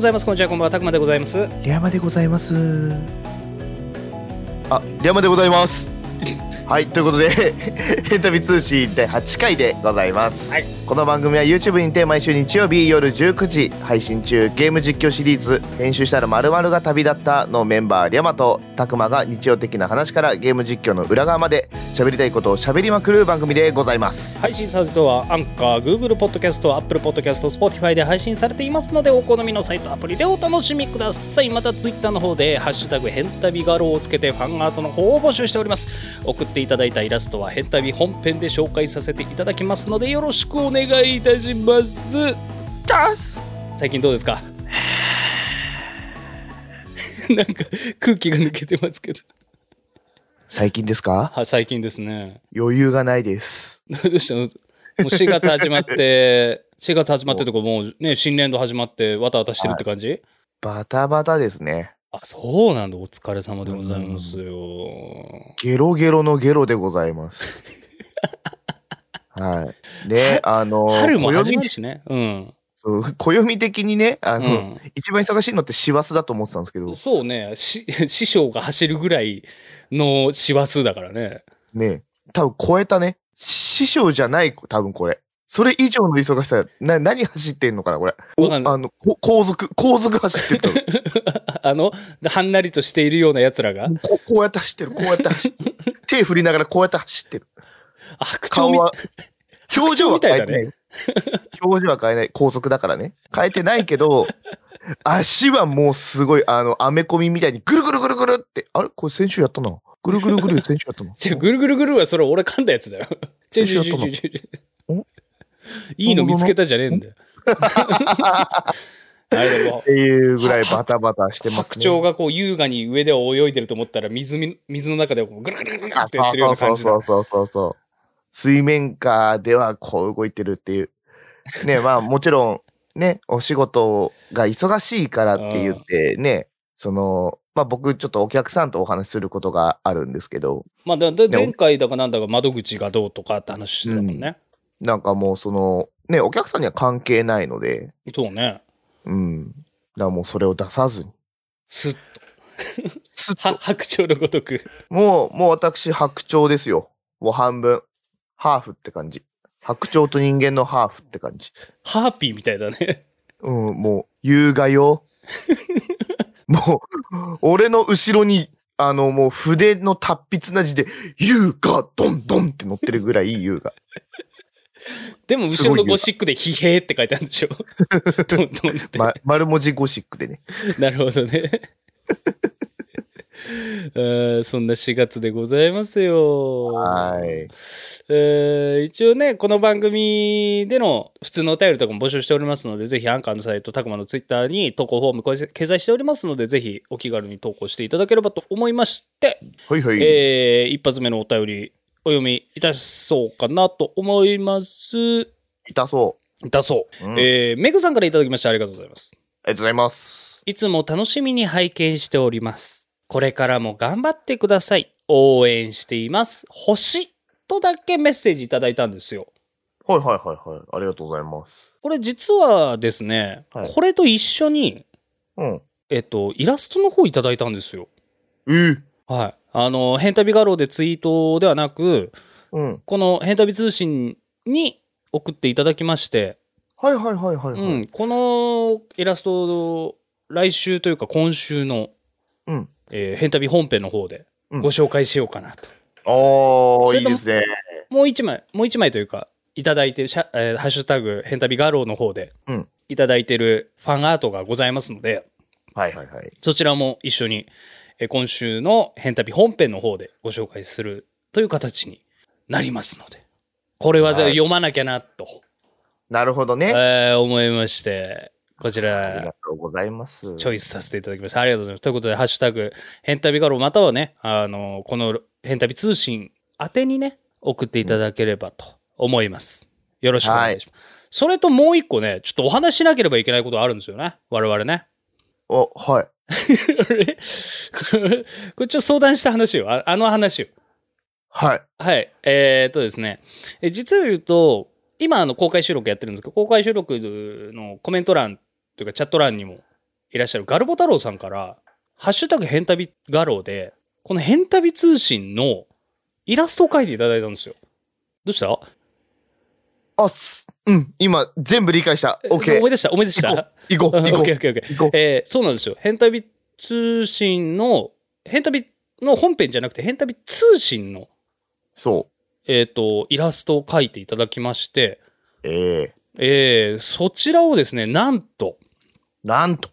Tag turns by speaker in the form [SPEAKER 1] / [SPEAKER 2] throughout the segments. [SPEAKER 1] ざいます。こんにちは、こんばんは、たくまでございます。
[SPEAKER 2] リアマでございます。
[SPEAKER 3] あ、リアマでございます。はい、ということで、 ヘンタビ通信第8回でございます。
[SPEAKER 1] はい
[SPEAKER 3] この番組は YouTube にて毎週日曜日夜19時配信中、ゲーム実況シリーズ、編集したら〇〇が旅立ったのメンバー、リャマとタクマが日常的な話からゲーム実況の裏側まで喋りたいことを喋りまくる番組でございます。
[SPEAKER 1] 配信サイトはアンカー、Google ポッドキャスト、Apple ポッドキャスト、Spotify で配信されていますので、お好みのサイトアプリでお楽しみください。また Twitter の方で、ハッシュタグヘンタビガロをつけてファンアートの方を募集しております。送っていただいたイラストはヘンタビ本編で紹介させていただきますので、よろしくお願いいたします。最近どうですかなんか空気が抜けてますけど。
[SPEAKER 3] 最近ですか
[SPEAKER 1] は最近ですね。
[SPEAKER 3] 余裕がないです。
[SPEAKER 1] どうしたのもう4月始まって、4月始まってとか、もうね、新年度始まって、わたわたしてるって感じ、
[SPEAKER 3] バタバタですね。
[SPEAKER 1] あ、そうなんだ。お疲れ様でございますよ。
[SPEAKER 3] ゲロゲロのゲロでございます。はい。で、あの、
[SPEAKER 1] 春も始
[SPEAKER 3] 暦
[SPEAKER 1] まるしね。うん。
[SPEAKER 3] そう暦的にね、あ
[SPEAKER 1] う
[SPEAKER 3] の、
[SPEAKER 1] ん、
[SPEAKER 3] 一番忙しいのって師走だと思ってたんですけど、
[SPEAKER 1] そうね。し 師匠が走るぐらいの師走だからね。
[SPEAKER 3] ね、多分超えたね。師匠じゃない、多分これ。それ以上の忙しさ、な、何走ってんのかな、これ。
[SPEAKER 1] わ
[SPEAKER 3] お、
[SPEAKER 1] かんない
[SPEAKER 3] あの、こ後続、後続走って る。
[SPEAKER 1] あの、はんなりとしているような奴らが、
[SPEAKER 3] ここうやって走ってる、こうやって走ってる。手振りながらこうやって走ってる。
[SPEAKER 1] 白鳥
[SPEAKER 3] 顔
[SPEAKER 1] み
[SPEAKER 3] は、 表情は変えて
[SPEAKER 1] 白鳥みた
[SPEAKER 3] ないい。表情は変えない。後続だからね。変えてないけど、 足はもうすごい、あの、アメコミみたいにぐるぐるぐるぐるって、あれこれ先週やったな。ぐるぐるぐる先週やったな。
[SPEAKER 1] じゃぐるぐるぐるはそれ俺噛んだやつだよ。ちょちょちょちょちょ
[SPEAKER 3] お
[SPEAKER 1] いいの見つけたじゃねえんだよ。 あれでも
[SPEAKER 3] っていうぐらいバタバタしてます
[SPEAKER 1] 白
[SPEAKER 3] ね。
[SPEAKER 1] 鳥がこう優雅に上では泳いでると思ったら水み水の中でこうぐるぐるぐ るぐる
[SPEAKER 3] あ
[SPEAKER 1] ってやってるような
[SPEAKER 3] そ
[SPEAKER 1] 感
[SPEAKER 3] う
[SPEAKER 1] じ
[SPEAKER 3] そ
[SPEAKER 1] だ
[SPEAKER 3] うそうそうそうそう。水面下ではこう動いてるっていう。ね、まあもちろんね、お仕事が忙しいからって言ってね、その、まあ僕ちょっとお客さんとお話しすることがあるんですけど、
[SPEAKER 1] まあだだ前回だかなんだか窓口がどうとかって話してたもんね。
[SPEAKER 3] なんかもうその、ね、お客さんには関係ないので、
[SPEAKER 1] そうね。
[SPEAKER 3] うん。だからもうそれを出さずに。
[SPEAKER 1] すっ
[SPEAKER 3] すっ
[SPEAKER 1] は
[SPEAKER 3] と。
[SPEAKER 1] 白鳥のごとく。
[SPEAKER 3] もう、もう私白鳥ですよ。もう半分。ハーフって感じ。白鳥と人間のハーフって感じ。
[SPEAKER 1] ハーピーみたいだね。
[SPEAKER 3] うん、もう、優雅よ。もう、俺の後ろに、あの、もう筆の達筆な字で、優雅、ドンドンって乗ってるぐらい優雅。
[SPEAKER 1] でも後ろのゴシックで疲弊って書いてあるんで しょ。トントンって。
[SPEAKER 3] ま、丸文字ゴシックでね。
[SPEAKER 1] なるほどね。 えーそんな4月でございますよ。
[SPEAKER 3] はい。
[SPEAKER 1] えー一応ね、この番組での普通のお便りとかも募集しておりますので、ぜひアンカーのサイト、たくまのツイッターに投稿フォームこれ掲載しておりますので、ぜひお気軽に投稿していただければと思いまして、
[SPEAKER 3] ほいほい。
[SPEAKER 1] えー一発目のお便り、お読みいたそうかなと思います。
[SPEAKER 3] 痛そ
[SPEAKER 1] だそう。
[SPEAKER 3] う。うんあり
[SPEAKER 1] えーメグさんからいただきましてありがとうございます。
[SPEAKER 3] がとうございます。
[SPEAKER 1] いつも楽しみに拝見しております。これからも頑張ってください。応援しています。星とだけメッセージいただいたんですよ。
[SPEAKER 3] はいはいはいはい。ありがとうございます。
[SPEAKER 1] これ実はですね、
[SPEAKER 3] はい
[SPEAKER 1] これと一緒に、
[SPEAKER 3] うん。
[SPEAKER 1] えっと、イラストの方いただいたんですよ。
[SPEAKER 3] えー、
[SPEAKER 1] はい。あの、変旅画廊でツイートではなく、
[SPEAKER 3] うん。
[SPEAKER 1] この変旅通信に送っていただきまして、
[SPEAKER 3] はいはいはいはい、はい。
[SPEAKER 1] うん、このイラストを来週というか今週の、
[SPEAKER 3] うん
[SPEAKER 1] えー、変旅本編の方で
[SPEAKER 3] うん
[SPEAKER 1] ご紹介しようかなと。
[SPEAKER 3] お
[SPEAKER 1] そ
[SPEAKER 3] ー、
[SPEAKER 1] れ
[SPEAKER 3] いい
[SPEAKER 1] とも
[SPEAKER 3] ですね。
[SPEAKER 1] もう一枚、もう一枚というか、いただいてる、シャえーハッシュタグ、変旅画廊の方で
[SPEAKER 3] うん、
[SPEAKER 1] いただいてるファンアートがございますので、
[SPEAKER 3] はいはいはい。
[SPEAKER 1] そちらも一緒に、えー今週の変旅本編の方でご紹介するという形になりますので、これはぜ
[SPEAKER 3] はい
[SPEAKER 1] 読まなきゃなと、
[SPEAKER 3] なるほどね。
[SPEAKER 1] えー思いまして、こち
[SPEAKER 3] あり
[SPEAKER 1] ら
[SPEAKER 3] が、とうございます。
[SPEAKER 1] チョイスさせていただきました。ありがとうございます。ということで、ハッシュタグ、ヘンタビガロまたはね、あの、このヘンタビ通信宛てにね、送っていただければと思います。よろしくお願いします。それともう一個ね、ちょっとお話ししなければいけないことあるんですよね。我々ね。
[SPEAKER 3] お、はい。
[SPEAKER 1] これ、これちょっと相談した話よ。ああの話よ。
[SPEAKER 3] はい。
[SPEAKER 1] はい。えーっとですね。え実を言うと、今あの公開収録やってるんですけど、公開収録のコメント欄というかチャット欄にもいらっしゃるガルボ太郎さんから、ハッシュタグ変旅ガロで、この変旅通信のイラストを描いていただいたんですよ。どうした
[SPEAKER 3] あ、す、うん、今、全部理解した。オッケ
[SPEAKER 1] 思
[SPEAKER 3] ー。
[SPEAKER 1] い出した思い出した
[SPEAKER 3] 行こう、行こ
[SPEAKER 1] オッケーオ
[SPEAKER 3] う
[SPEAKER 1] ッ。ケーオッケー
[SPEAKER 3] 行こう。
[SPEAKER 1] えーそうなんですよ。変旅通信の、変旅の本編じゃなくて、変旅通信の、
[SPEAKER 3] そう。
[SPEAKER 1] えっ、と、イラストを描いていただきまして、
[SPEAKER 3] ええ
[SPEAKER 1] えーそちらをですね、なんと、
[SPEAKER 3] なんと。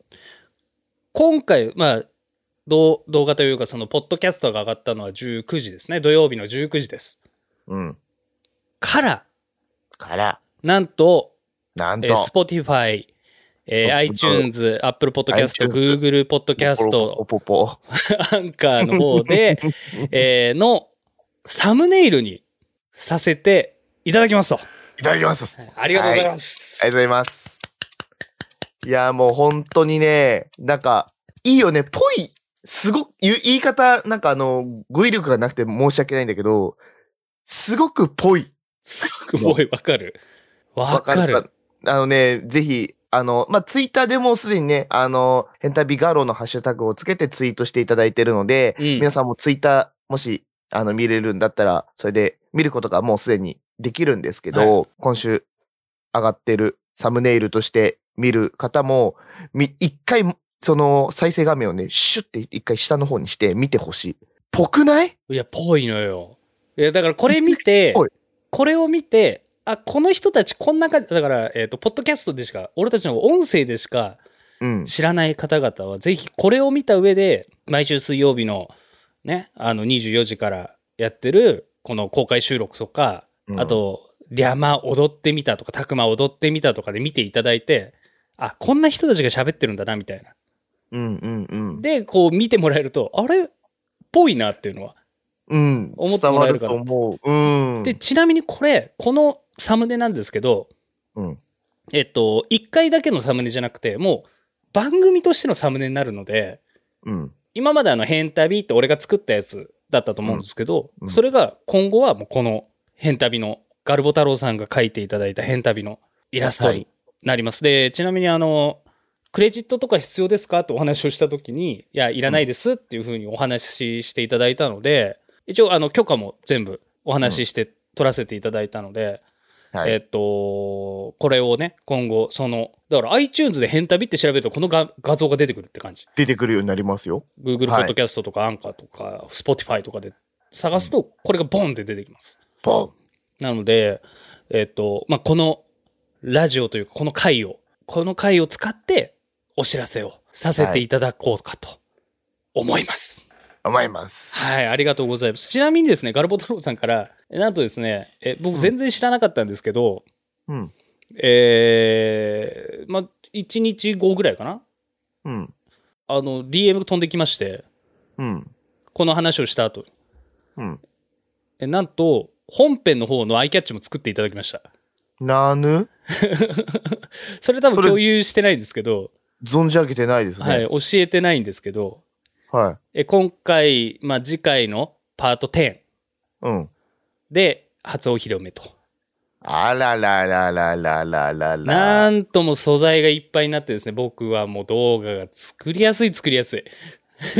[SPEAKER 1] 今回、まあ、動動画というか、その、ポッドキャストが上がったのは19時ですね。土曜日の19時です。
[SPEAKER 3] うん。
[SPEAKER 1] から、
[SPEAKER 3] から、
[SPEAKER 1] なんと、
[SPEAKER 3] なん
[SPEAKER 1] え
[SPEAKER 3] と。
[SPEAKER 1] ー、Spotify、えー
[SPEAKER 3] Spotify
[SPEAKER 1] iTunes、Apple Podcast、
[SPEAKER 3] iTunes
[SPEAKER 1] Google Podcast
[SPEAKER 3] ポ、ポポポ。
[SPEAKER 1] アンカーの方 で、えーのサムネイルにさせていただきますと。
[SPEAKER 3] いただきます。。
[SPEAKER 1] ありがとうございますす。
[SPEAKER 3] ありがとうございます。いやー、もう本当にね、なんか、いいよね、ぽい。すごく、言言い方、なんかあの、語彙力がなくて申し訳ないんだけど、すごくぽい。
[SPEAKER 1] すごくもうわかる。わかる。
[SPEAKER 3] あのね、ぜひ、あの、まあ、ツイッターでもうすでにね、あの、ヘンタビガロのハッシュタグをつけてツイートしていただいてるので、
[SPEAKER 1] うん
[SPEAKER 3] 皆さんもツイッター、もし、あの、見れるんだったら、それで見ることがもうすでにできるんですけど、今週上がってるサムネイルとして見る方も、み、一回、その再生画面をね、シュッて一回下の方にして見てほしい。ぽくない
[SPEAKER 1] いや、ぽいのよ。いや、だからこれ見て
[SPEAKER 3] ぽい、
[SPEAKER 1] これを見て、あ、この人たちこんな感じ、だから、えっ、と、ポッドキャストでしか、俺たちの音声でしか
[SPEAKER 3] うん。
[SPEAKER 1] 知らない方々は、ぜひこれを見た上で、毎週水曜日のね、あの24時からやってる、この公開収録とか、
[SPEAKER 3] うん
[SPEAKER 1] あ、と、リャマ踊ってみたとか、タクマ踊ってみたとかで見ていただいて、あ、こんな人たちが喋ってるんだな、みたいな。
[SPEAKER 3] うんうんうん。
[SPEAKER 1] で、こう見てもらえると、あれっぽいなっていうのは。
[SPEAKER 3] うん。
[SPEAKER 1] 思って
[SPEAKER 3] 伝
[SPEAKER 1] も
[SPEAKER 3] わ
[SPEAKER 1] らえる
[SPEAKER 3] る
[SPEAKER 1] か
[SPEAKER 3] と
[SPEAKER 1] な
[SPEAKER 3] 思う。うん。
[SPEAKER 1] で、ちなみにこれ、このサムネなんですけど、
[SPEAKER 3] うん。
[SPEAKER 1] えっと、1回だけのサムネじゃなくて、もう番組としてのサムネになるので、
[SPEAKER 3] うん。
[SPEAKER 1] 今まであの、変旅って俺が作ったやつだったと思うんですけど、
[SPEAKER 3] うんうん
[SPEAKER 1] それが今後はもうこの変旅の、ガルボ太郎さんが描いていただいた変旅のイラストになります。で、ちなみにあの、クレジットとか必要ですかとお話をしたときに、いや、いらないですっていうふうにお話ししていただいたので、一応あの、許可も全部お話しして取らせていただいたので、
[SPEAKER 3] はい
[SPEAKER 1] えっと、これをね、今後、その、だから iTunes で変旅って調べるとこのが画像が出てくるって感じ。
[SPEAKER 3] 出てくるようになりますよ。
[SPEAKER 1] Google ポ
[SPEAKER 3] はい
[SPEAKER 1] ッドキャストとかアンカーとか Spotify とかで探すとこれがボンって出てきます。
[SPEAKER 3] ポン
[SPEAKER 1] なので、えっとまあ、このラジオというかこの回をこの回を使ってお知らせをさせていただこうかと思います。
[SPEAKER 3] 甘います。
[SPEAKER 1] はい、ありがとうございます。ちなみにですねガルボ太郎さんからえなんとですねえ僕全然知らなかったんですけど、
[SPEAKER 3] うん。
[SPEAKER 1] えーまあ、1日後ぐらいかな
[SPEAKER 3] うん。
[SPEAKER 1] あの DM 飛んできまして
[SPEAKER 3] うん。
[SPEAKER 1] この話をした後
[SPEAKER 3] うん。
[SPEAKER 1] えなんと本編の方のアイキャッチも作っていただきました
[SPEAKER 3] なぬ
[SPEAKER 1] それ多分
[SPEAKER 3] それ
[SPEAKER 1] 共有してないんですけど、
[SPEAKER 3] 存じ上げてないです
[SPEAKER 1] はい、
[SPEAKER 3] ね。
[SPEAKER 1] 教えてないんですけど
[SPEAKER 3] は
[SPEAKER 1] え今回、まあ、次回のパート10
[SPEAKER 3] い。うん。
[SPEAKER 1] で初お披露目と
[SPEAKER 3] あらららららら
[SPEAKER 1] な
[SPEAKER 3] らら。
[SPEAKER 1] んとも素材がいっぱいになってですね僕はもう動画が作りやすい作りやすい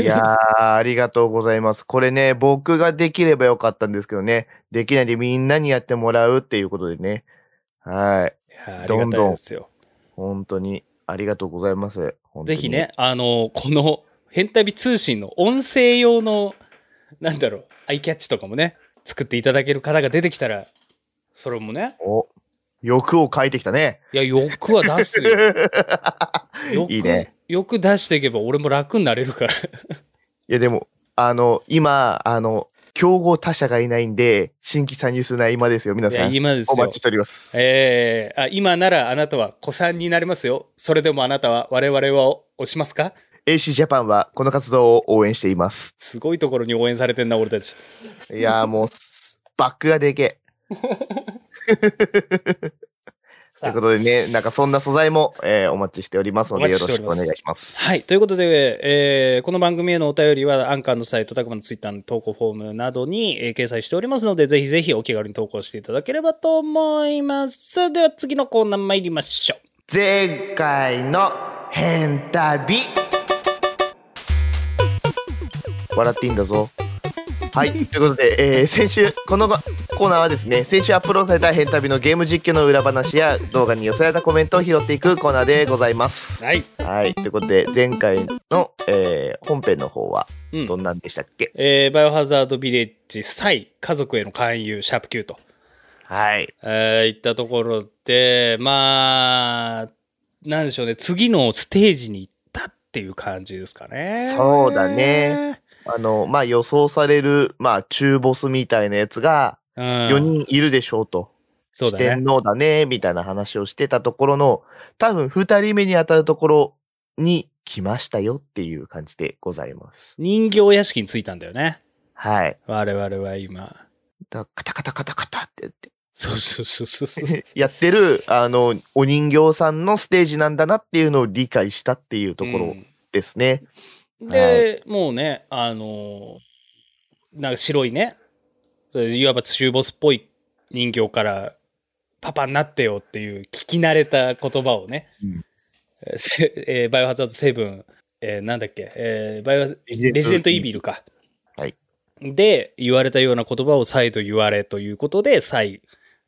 [SPEAKER 3] いやー、ありがとうございます。これね、僕ができればよかったんですけどね。できないでみんなにやってもらうっていうことでね。はい。
[SPEAKER 1] いやあり
[SPEAKER 3] ど
[SPEAKER 1] が
[SPEAKER 3] んどん
[SPEAKER 1] たいですよ
[SPEAKER 3] 本当に。ありがとうございます。本当
[SPEAKER 1] ぜ
[SPEAKER 3] に
[SPEAKER 1] ひ。ねあのこの「変旅通信」の音声用のなんだろうアイキャッチとかもね作っていただける方が出てきたらそれもね
[SPEAKER 3] お、欲を書いてきたね。
[SPEAKER 1] いや、欲は出すよ。 欲
[SPEAKER 3] いいね
[SPEAKER 1] 欲出していけば俺も楽になれるから。
[SPEAKER 3] いや、でも、あの、今、あの、競合他社がいないんで、新規参入するのは今ですよ、皆
[SPEAKER 1] い
[SPEAKER 3] さ
[SPEAKER 1] や、
[SPEAKER 3] ん。
[SPEAKER 1] 今です
[SPEAKER 3] お
[SPEAKER 1] よ
[SPEAKER 3] 待ちし。ております。
[SPEAKER 1] えーあ今ならあなたは子さんになれますよ。それでもあなたは我々は押しますか
[SPEAKER 3] AC ジャパンはこの活動を応援しています。
[SPEAKER 1] すごいところに応援されてんな、俺たち。
[SPEAKER 3] いやーもう、すバックがでけえ。
[SPEAKER 1] さ
[SPEAKER 3] とい
[SPEAKER 1] あ
[SPEAKER 3] うことでね、なんかそんな素材も、えーお待ちしておりますので、
[SPEAKER 1] お
[SPEAKER 3] よ
[SPEAKER 1] 待
[SPEAKER 3] ろ
[SPEAKER 1] ち
[SPEAKER 3] し
[SPEAKER 1] しており
[SPEAKER 3] く
[SPEAKER 1] ま
[SPEAKER 3] お
[SPEAKER 1] す
[SPEAKER 3] 願いします。
[SPEAKER 1] はい。ということで、えーこの番組へのお便りは、アンカーのサイト、たくまのツイッターの投稿フォームなどに、えー掲載しておりますので、ぜひぜひお気軽に投稿していただければと思います。では、次のコーナー参りましょう。
[SPEAKER 3] 前回の変旅笑っていいんだぞ はいということで、えー先週このコーナーはですね先週アップロードされた変旅のゲーム実況の裏話や動画に寄せられたコメントを拾っていくコーナーでございます
[SPEAKER 1] はい、
[SPEAKER 3] はいということで前回の、えー本編の方は
[SPEAKER 1] うん
[SPEAKER 3] どんなんでしたっけ、
[SPEAKER 1] えーバイオハザードビレッジサイ家族への勧誘シャープ Q と、
[SPEAKER 3] はい
[SPEAKER 1] えー、いったところでまあなんでしょうね次のステージに行ったっていう感じですかね
[SPEAKER 3] そうだねあのまあ予想されるまあ中ボスみたいなやつが
[SPEAKER 1] うん
[SPEAKER 3] 4人いるでしょうと、
[SPEAKER 1] そうだ
[SPEAKER 3] 四天
[SPEAKER 1] ね
[SPEAKER 3] 王だね、みたいな話をしてたところの、多分二人目に当たるところに来ましたよっていう感じでございます。
[SPEAKER 1] 人形屋敷に着いたんだよね
[SPEAKER 3] はい。
[SPEAKER 1] 我々は今
[SPEAKER 3] だカタカタカタカタってやって
[SPEAKER 1] そうそうそうそうそう
[SPEAKER 3] やってる、あの、お人形さんのステージなんだなっていうのを理解したっていう ところです
[SPEAKER 1] う
[SPEAKER 3] ね。
[SPEAKER 1] んで、もうねあのーなんか白いねいわば中ボスっぽい人形からパパになってよっていう聞き慣れた言葉をね、
[SPEAKER 3] うん
[SPEAKER 1] えーせえーバイオハザード7、えーなんだっけ、えーバイオハザレジデントイービルか。
[SPEAKER 3] はい
[SPEAKER 1] で、言われたような言葉を再度言われということで、再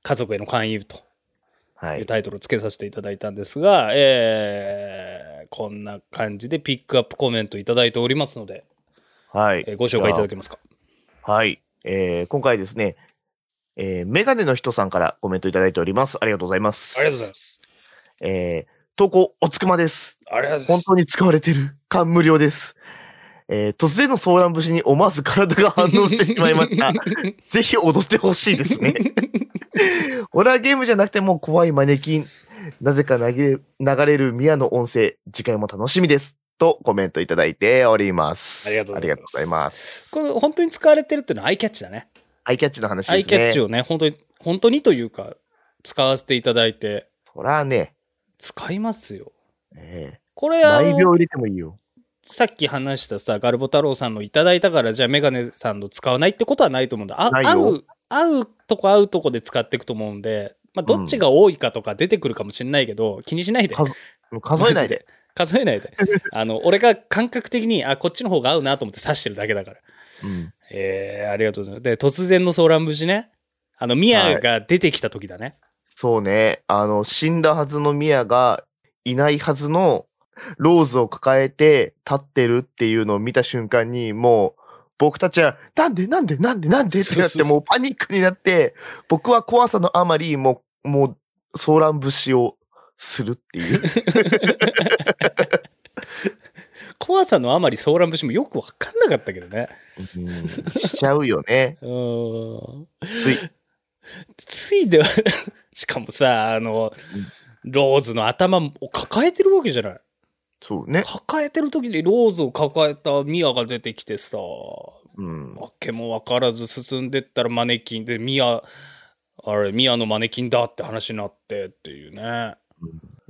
[SPEAKER 1] 家族への勧誘と
[SPEAKER 3] は
[SPEAKER 1] いう
[SPEAKER 3] い。
[SPEAKER 1] タイトルをつけさせていただいたんですが、えーこんな感じでピックアップコメントいただいておりますので、
[SPEAKER 3] はい
[SPEAKER 1] えー。ご紹介いただけますか。
[SPEAKER 3] はい。えー今回ですね、えーメガネの人さんからコメントいただいております。ありがとうございます。
[SPEAKER 1] ありがとうございます。
[SPEAKER 3] す。えー投稿おつくまです。
[SPEAKER 1] ありがとうございま
[SPEAKER 3] 本
[SPEAKER 1] す。
[SPEAKER 3] 当に使われてる。感無量です。えー突然の騒乱節に思わず体が反応してしまいま した。ぜひ踊ってほしいですね。ホラーゲームじゃなくても怖いマネキン。なぜか流れ流れる宮の音声、次回も楽しみです。とコメントいただいております。
[SPEAKER 1] ありがとうございます
[SPEAKER 3] ありがとうございます
[SPEAKER 1] これ本当に使われてるっていうのはアイキャッチだね。
[SPEAKER 3] アイキャッチの話
[SPEAKER 1] ア
[SPEAKER 3] で
[SPEAKER 1] イ
[SPEAKER 3] す
[SPEAKER 1] キ
[SPEAKER 3] ね。
[SPEAKER 1] ャッチをね、本当に、本当にというか、使わせていただいて、
[SPEAKER 3] そらね、
[SPEAKER 1] 使いますよ。
[SPEAKER 3] え
[SPEAKER 1] これ
[SPEAKER 3] ー
[SPEAKER 1] あ
[SPEAKER 3] 毎
[SPEAKER 1] の
[SPEAKER 3] 秒入れてもいいよ。
[SPEAKER 1] さっき話したさガルボ太郎さんのいただいたからじゃあメガネさんの使わないってことはないと思うんだあ
[SPEAKER 3] ないよ
[SPEAKER 1] 合う合うとこ合うとこで使っていくと思うんで、まあ、どっちが多いかとか出てくるかもしれないけど、気にしないで
[SPEAKER 3] 数もう数えな いで。
[SPEAKER 1] 数えないであの俺が感覚的にあこっちの方が合うなと思って指してるだけだから
[SPEAKER 3] うん。
[SPEAKER 1] えー、ありがとうございますで突然の騒乱節ねあのミ
[SPEAKER 3] はい
[SPEAKER 1] ヤが出てきた時だね、
[SPEAKER 3] そうね。あの、死んだはずのミヤがいないはずのローズを抱えて立ってるっていうのを見た瞬間に、もう僕たちは、なんでなんでなんでなんでってなっ
[SPEAKER 1] そうそう
[SPEAKER 3] て、
[SPEAKER 1] そう
[SPEAKER 3] もうパニックになって、僕は怖さのあまり、もう、もう、騒乱節をするっていう。
[SPEAKER 1] 怖さのあまり騒乱節もよく分かんなかったけどね
[SPEAKER 3] うんしちゃうよね。
[SPEAKER 1] うーん
[SPEAKER 3] つい。
[SPEAKER 1] ついでは しかもさあのローズの頭を抱えてるわけじゃない
[SPEAKER 3] そうね。
[SPEAKER 1] 抱えてる時にローズを抱えたミアが出てきてさわ
[SPEAKER 3] うん。
[SPEAKER 1] けも分からず進んでったらマネキンでミアあれミアのマネキンだって話になってっていうね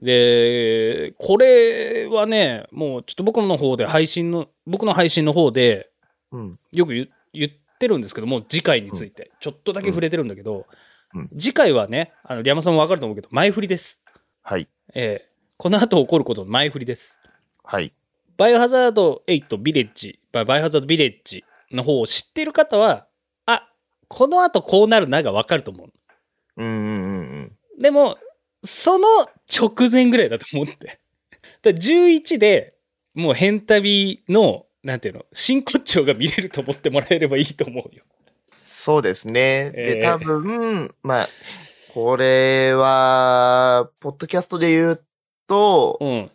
[SPEAKER 1] でこれはねもうちょっと僕の方で配信の僕の配信の方で
[SPEAKER 3] うん。
[SPEAKER 1] よく言言ってるんですけども次回について、ちょっとだけ触れてるんだけど、
[SPEAKER 3] うん
[SPEAKER 1] 次回はねあのリャマさんも分かると思うけど前振りです、
[SPEAKER 3] はい。
[SPEAKER 1] えーこの後起こることの前振りです
[SPEAKER 3] はい。
[SPEAKER 1] バイオハザード8ビレッジババイオハザードビレッジの方を知ってる方はあこの後こうなるなが分かると思う
[SPEAKER 3] うんうんうんうん。
[SPEAKER 1] でもその直前ぐらいだと思ってだから11でもう変旅のなんていうの真骨頂が見れると思ってもらえればいいと思うよ
[SPEAKER 3] そうですね。
[SPEAKER 1] え
[SPEAKER 3] で、
[SPEAKER 1] ー
[SPEAKER 3] 多分、まあ、これは、ポッドキャストで言うと、
[SPEAKER 1] うん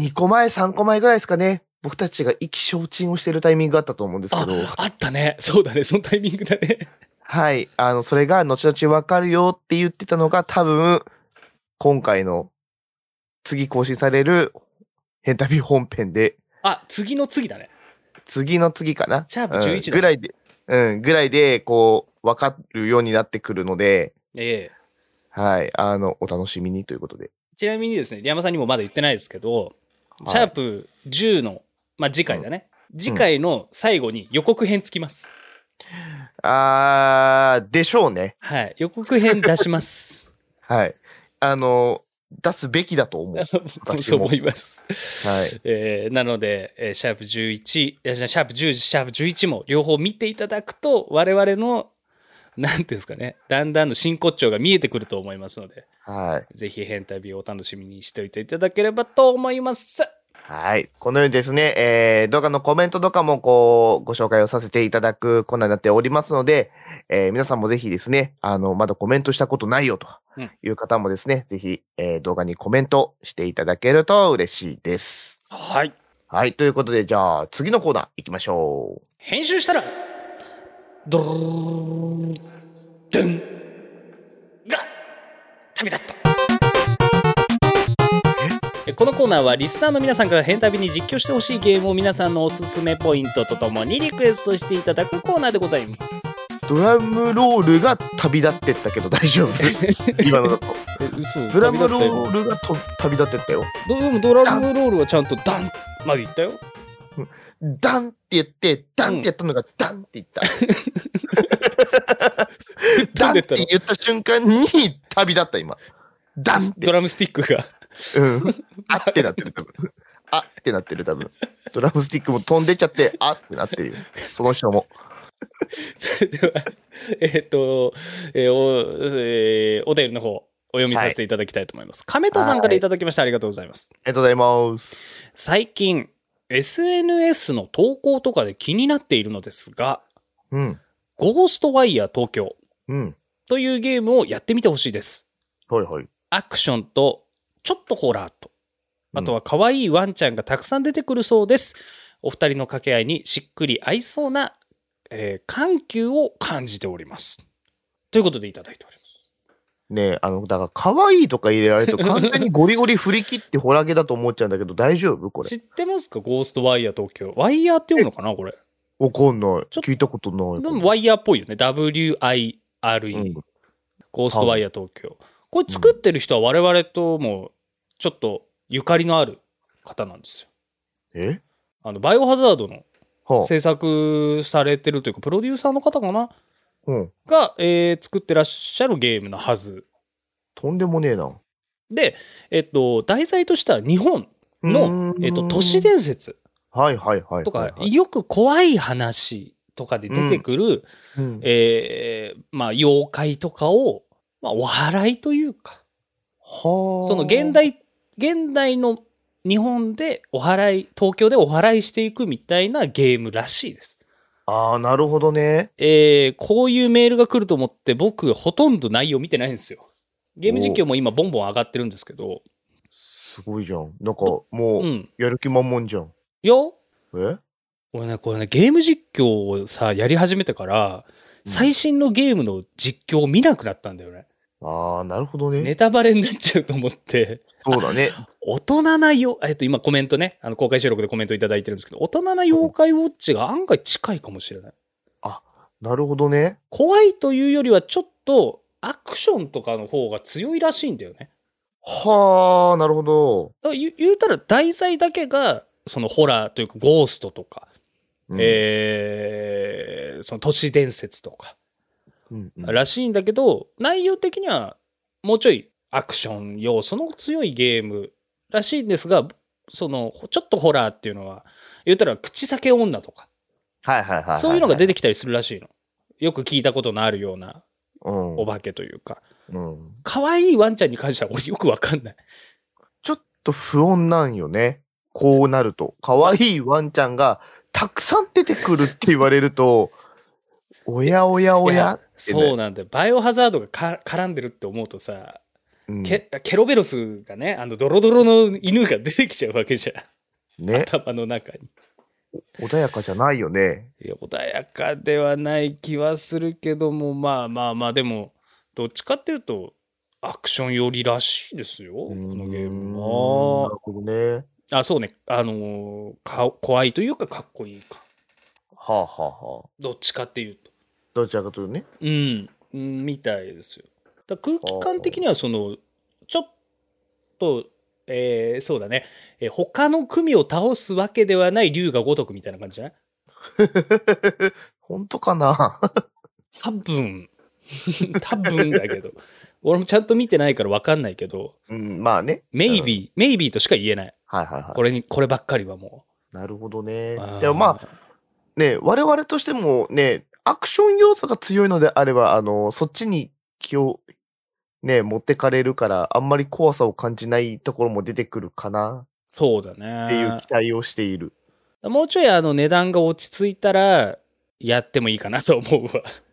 [SPEAKER 3] 2個前、3個前ぐらいですかね。僕たちが意気消沈をしてるタイミングがあったと思うんですけど、
[SPEAKER 1] あったね。そうだね。そのタイミングだね。
[SPEAKER 3] はい。あの、それが後々わかるよって言ってたのが、多分、今回の、次更新される、変旅本編で、
[SPEAKER 1] あ、次の次だね。
[SPEAKER 3] 次の次かな。
[SPEAKER 1] シャープ
[SPEAKER 3] うん
[SPEAKER 1] 11だ
[SPEAKER 3] ぐらいで、うん、ぐらいで、こう、わかるようになってくるので、
[SPEAKER 1] ええ
[SPEAKER 3] はい。あの、お楽しみにということで。
[SPEAKER 1] ちなみにですね、リャマさんにもまだ言ってないですけど、
[SPEAKER 3] はい
[SPEAKER 1] シャープ10の、まあ、次回だね。次回の最後に予告編つきます。
[SPEAKER 3] あー、でしょうね。
[SPEAKER 1] はい。予告編出します。
[SPEAKER 3] はい。あの、出すべきだと 思う。 私
[SPEAKER 1] そう
[SPEAKER 3] も
[SPEAKER 1] 思います。
[SPEAKER 3] はい
[SPEAKER 1] えーなので、えーシャープ11、いやじゃあシャープ10、シャープ11も両方見ていただくと、我々の、なんていうんですかね、だんだんの真骨頂が見えてくると思いますので、
[SPEAKER 3] はい。
[SPEAKER 1] ぜひ変旅をお楽しみにしておいていただければと思います。
[SPEAKER 3] はい。このようにですね、えー、動画のコメントとかも、こう、ご紹介をさせていただくコーナーになっておりますので、えー、皆さんもぜひですね、あの、まだコメントしたことないよと
[SPEAKER 1] うん
[SPEAKER 3] いう方もですね、ぜひ、えー、動画にコメントしていただけると嬉しいです。
[SPEAKER 1] はい。
[SPEAKER 3] はい。ということで、じゃあ、次のコーナー行きましょう。
[SPEAKER 1] 編集したら、ドローン、ドゥン、が、旅だった。えこのコーナーはリスナーの皆さんから変旅に実況してほしいゲームを皆さんのおすすめポイントとともにリクエストしていただくコーナーでございます。
[SPEAKER 3] ドラムロールが旅立ってったけど大 丈夫今のだと。
[SPEAKER 1] え、嘘
[SPEAKER 3] ドラムロールがと旅立ってったよ。
[SPEAKER 1] ドでもドラムロールはちゃんとダンまでいったよ。
[SPEAKER 3] ダンって言って、ダンってやったのが、ダンって言った。ダンって言った瞬間に、旅立った、今。ダンっ
[SPEAKER 1] ド
[SPEAKER 3] て。
[SPEAKER 1] ラムスティックが。
[SPEAKER 3] うん。あってなってる、多分。あってなってる、多分。ドラムスティックも飛んでっちゃって、あってなってるよ。その人も。
[SPEAKER 1] それでは、えーっと、えーお、えーお便りの方、お読みさせていただきたいと思います。亀田さんからいただきました。ありがとうございます。
[SPEAKER 3] ありがとうございます。
[SPEAKER 1] 最近、SNS の投稿とかで気になっているのですが、
[SPEAKER 3] うん。
[SPEAKER 1] ゴーストワイヤー東京
[SPEAKER 3] うん。
[SPEAKER 1] というゲームをやってみてほしいです。
[SPEAKER 3] はいはい。
[SPEAKER 1] アクションと、ちょっとホラーと、
[SPEAKER 3] うん
[SPEAKER 1] あとは可愛いワンちゃんがたくさん出てくるそうです。お二人の掛け合いにしっくり合いそうな、えー緩急を感じております。ということでいただいております。
[SPEAKER 3] ねえ、あの、だから、可愛いとか入れられると、完全にゴリゴリ振り切ってホラゲだと思っちゃうんだけど、大丈 夫これ
[SPEAKER 1] 知。ってますかゴーストワイヤー東京。ワイヤーっていうのかなこれ。
[SPEAKER 3] わかんない。
[SPEAKER 1] ちょっと
[SPEAKER 3] 聞いたことない。
[SPEAKER 1] でもワイヤーっぽいよね。WIRE。
[SPEAKER 3] うん
[SPEAKER 1] ゴーストワイヤー東京。これ作ってる人は我々ともちょっとゆかりのある方なんですよ。
[SPEAKER 3] え
[SPEAKER 1] あの、バイオハザードの
[SPEAKER 3] はあ。
[SPEAKER 1] 制作されてるというか、プロデューサーの方かな
[SPEAKER 3] うん。
[SPEAKER 1] が、えー作ってらっしゃるゲームのはず。
[SPEAKER 3] とんでもねえな。
[SPEAKER 1] で、えっと、題材としては日本の
[SPEAKER 3] うー、ん
[SPEAKER 1] えっと、都市伝説
[SPEAKER 3] はいはいはいはいはい。
[SPEAKER 1] とか、よく怖い話とかで出てくる、
[SPEAKER 3] うん
[SPEAKER 1] えーまあ、妖怪とかを、まあ、お祓いというか、
[SPEAKER 3] はあ。
[SPEAKER 1] その現代、現代の日本でお祓い、東京でお祓いしていくみたいなゲームらしいです。
[SPEAKER 3] ああ、なるほどね。
[SPEAKER 1] えーこういうメールが来ると思って僕ほとんど内容見てないんですよ。ゲーム実況も今ボンボン上がってるんですけど、
[SPEAKER 3] すごいじゃん。なんか、
[SPEAKER 1] う
[SPEAKER 3] も
[SPEAKER 1] ん。
[SPEAKER 3] う、やる気満々じゃん。
[SPEAKER 1] よ
[SPEAKER 3] え
[SPEAKER 1] 俺ね、これね、ゲーム実況をさ、やり始めてから、
[SPEAKER 3] うん
[SPEAKER 1] 最新のゲームの実況を見なくなったんだよね。
[SPEAKER 3] ああ、なるほどね。
[SPEAKER 1] ネタバレになっちゃうと思って。
[SPEAKER 3] そう だね。
[SPEAKER 1] 大人なよ、えっと、今コメントね、あの公開収録でコメントいただいてるんですけど、大人な妖怪ウォッチが案外近いかもしれない。
[SPEAKER 3] なるほどね。
[SPEAKER 1] 怖いというよりはちょっとアクションとかの方が強いらしいんだよね。
[SPEAKER 3] はあ、なるほど。
[SPEAKER 1] だから言う言うたら題材だけが、そのホラーというかゴーストとか、
[SPEAKER 3] うん
[SPEAKER 1] えーその都市伝説とか、
[SPEAKER 3] うんうん
[SPEAKER 1] らしいんだけど、内容的にはもうちょいアクション要素の強いゲームらしいんですが、その、ちょっとホラーっていうのは、言ったら口裂け女とか、
[SPEAKER 3] はいはいはい。
[SPEAKER 1] そういうのが出て
[SPEAKER 3] て
[SPEAKER 1] きたりするらしいの。よく聞いたことのあるような
[SPEAKER 3] うん
[SPEAKER 1] お化けというか。
[SPEAKER 3] うん
[SPEAKER 1] 可愛いワンちゃんに関しては俺よくわかんない。
[SPEAKER 3] ちょっと不穏なんよね。こうなると。可愛いワンちゃんが、たくさん出てくるって言われると、おやおやお
[SPEAKER 1] い
[SPEAKER 3] や。
[SPEAKER 1] そうなんだよ。バイオハザードがか絡んでるって思うとさ、
[SPEAKER 3] うん
[SPEAKER 1] ケケロベロスがね、あのドロドロの犬が出てきちゃうわけじゃん。
[SPEAKER 3] ね。
[SPEAKER 1] 頭の中に。
[SPEAKER 3] 穏やかじゃないよね。
[SPEAKER 1] いや穏やかではない気はするけども、まあまあまあ、でも、どっちかっていうと、アクション寄りらしいですよ、このゲーム
[SPEAKER 3] な
[SPEAKER 1] は
[SPEAKER 3] る。ほどね。
[SPEAKER 1] あ、そうね。あのーか、怖いというか、かっこいいか。
[SPEAKER 3] はあはあはあ。
[SPEAKER 1] どっちかっていうと。
[SPEAKER 3] どちらかというとね。
[SPEAKER 1] うん。うんみたいですよ。だ空気感的には、その、ちょっと、えーそうだね、えー他の組を倒すわけではない竜が如くみたいな感じじゃない
[SPEAKER 3] 本当かな
[SPEAKER 1] 多分、多分だけど。俺もちゃんと見てないから分かんないけど、
[SPEAKER 3] うん、まあね。
[SPEAKER 1] メイビー、メイビーとしか言えない。
[SPEAKER 3] はいはいは
[SPEAKER 1] これに、こればっかりはも
[SPEAKER 3] い。なるほどね
[SPEAKER 1] う。。
[SPEAKER 3] でもまあ、ね、我々としてもね、アクション要素が強いのであれば、あの、そっちに気を、ね、持ってかれるから、あんまり怖さを感じないところも出てくるかな
[SPEAKER 1] そうだ
[SPEAKER 3] っていう
[SPEAKER 1] ね
[SPEAKER 3] 期。待をしている。
[SPEAKER 1] もうちょいあの値段が落ち着いたら、やってもいいかなと思うわ。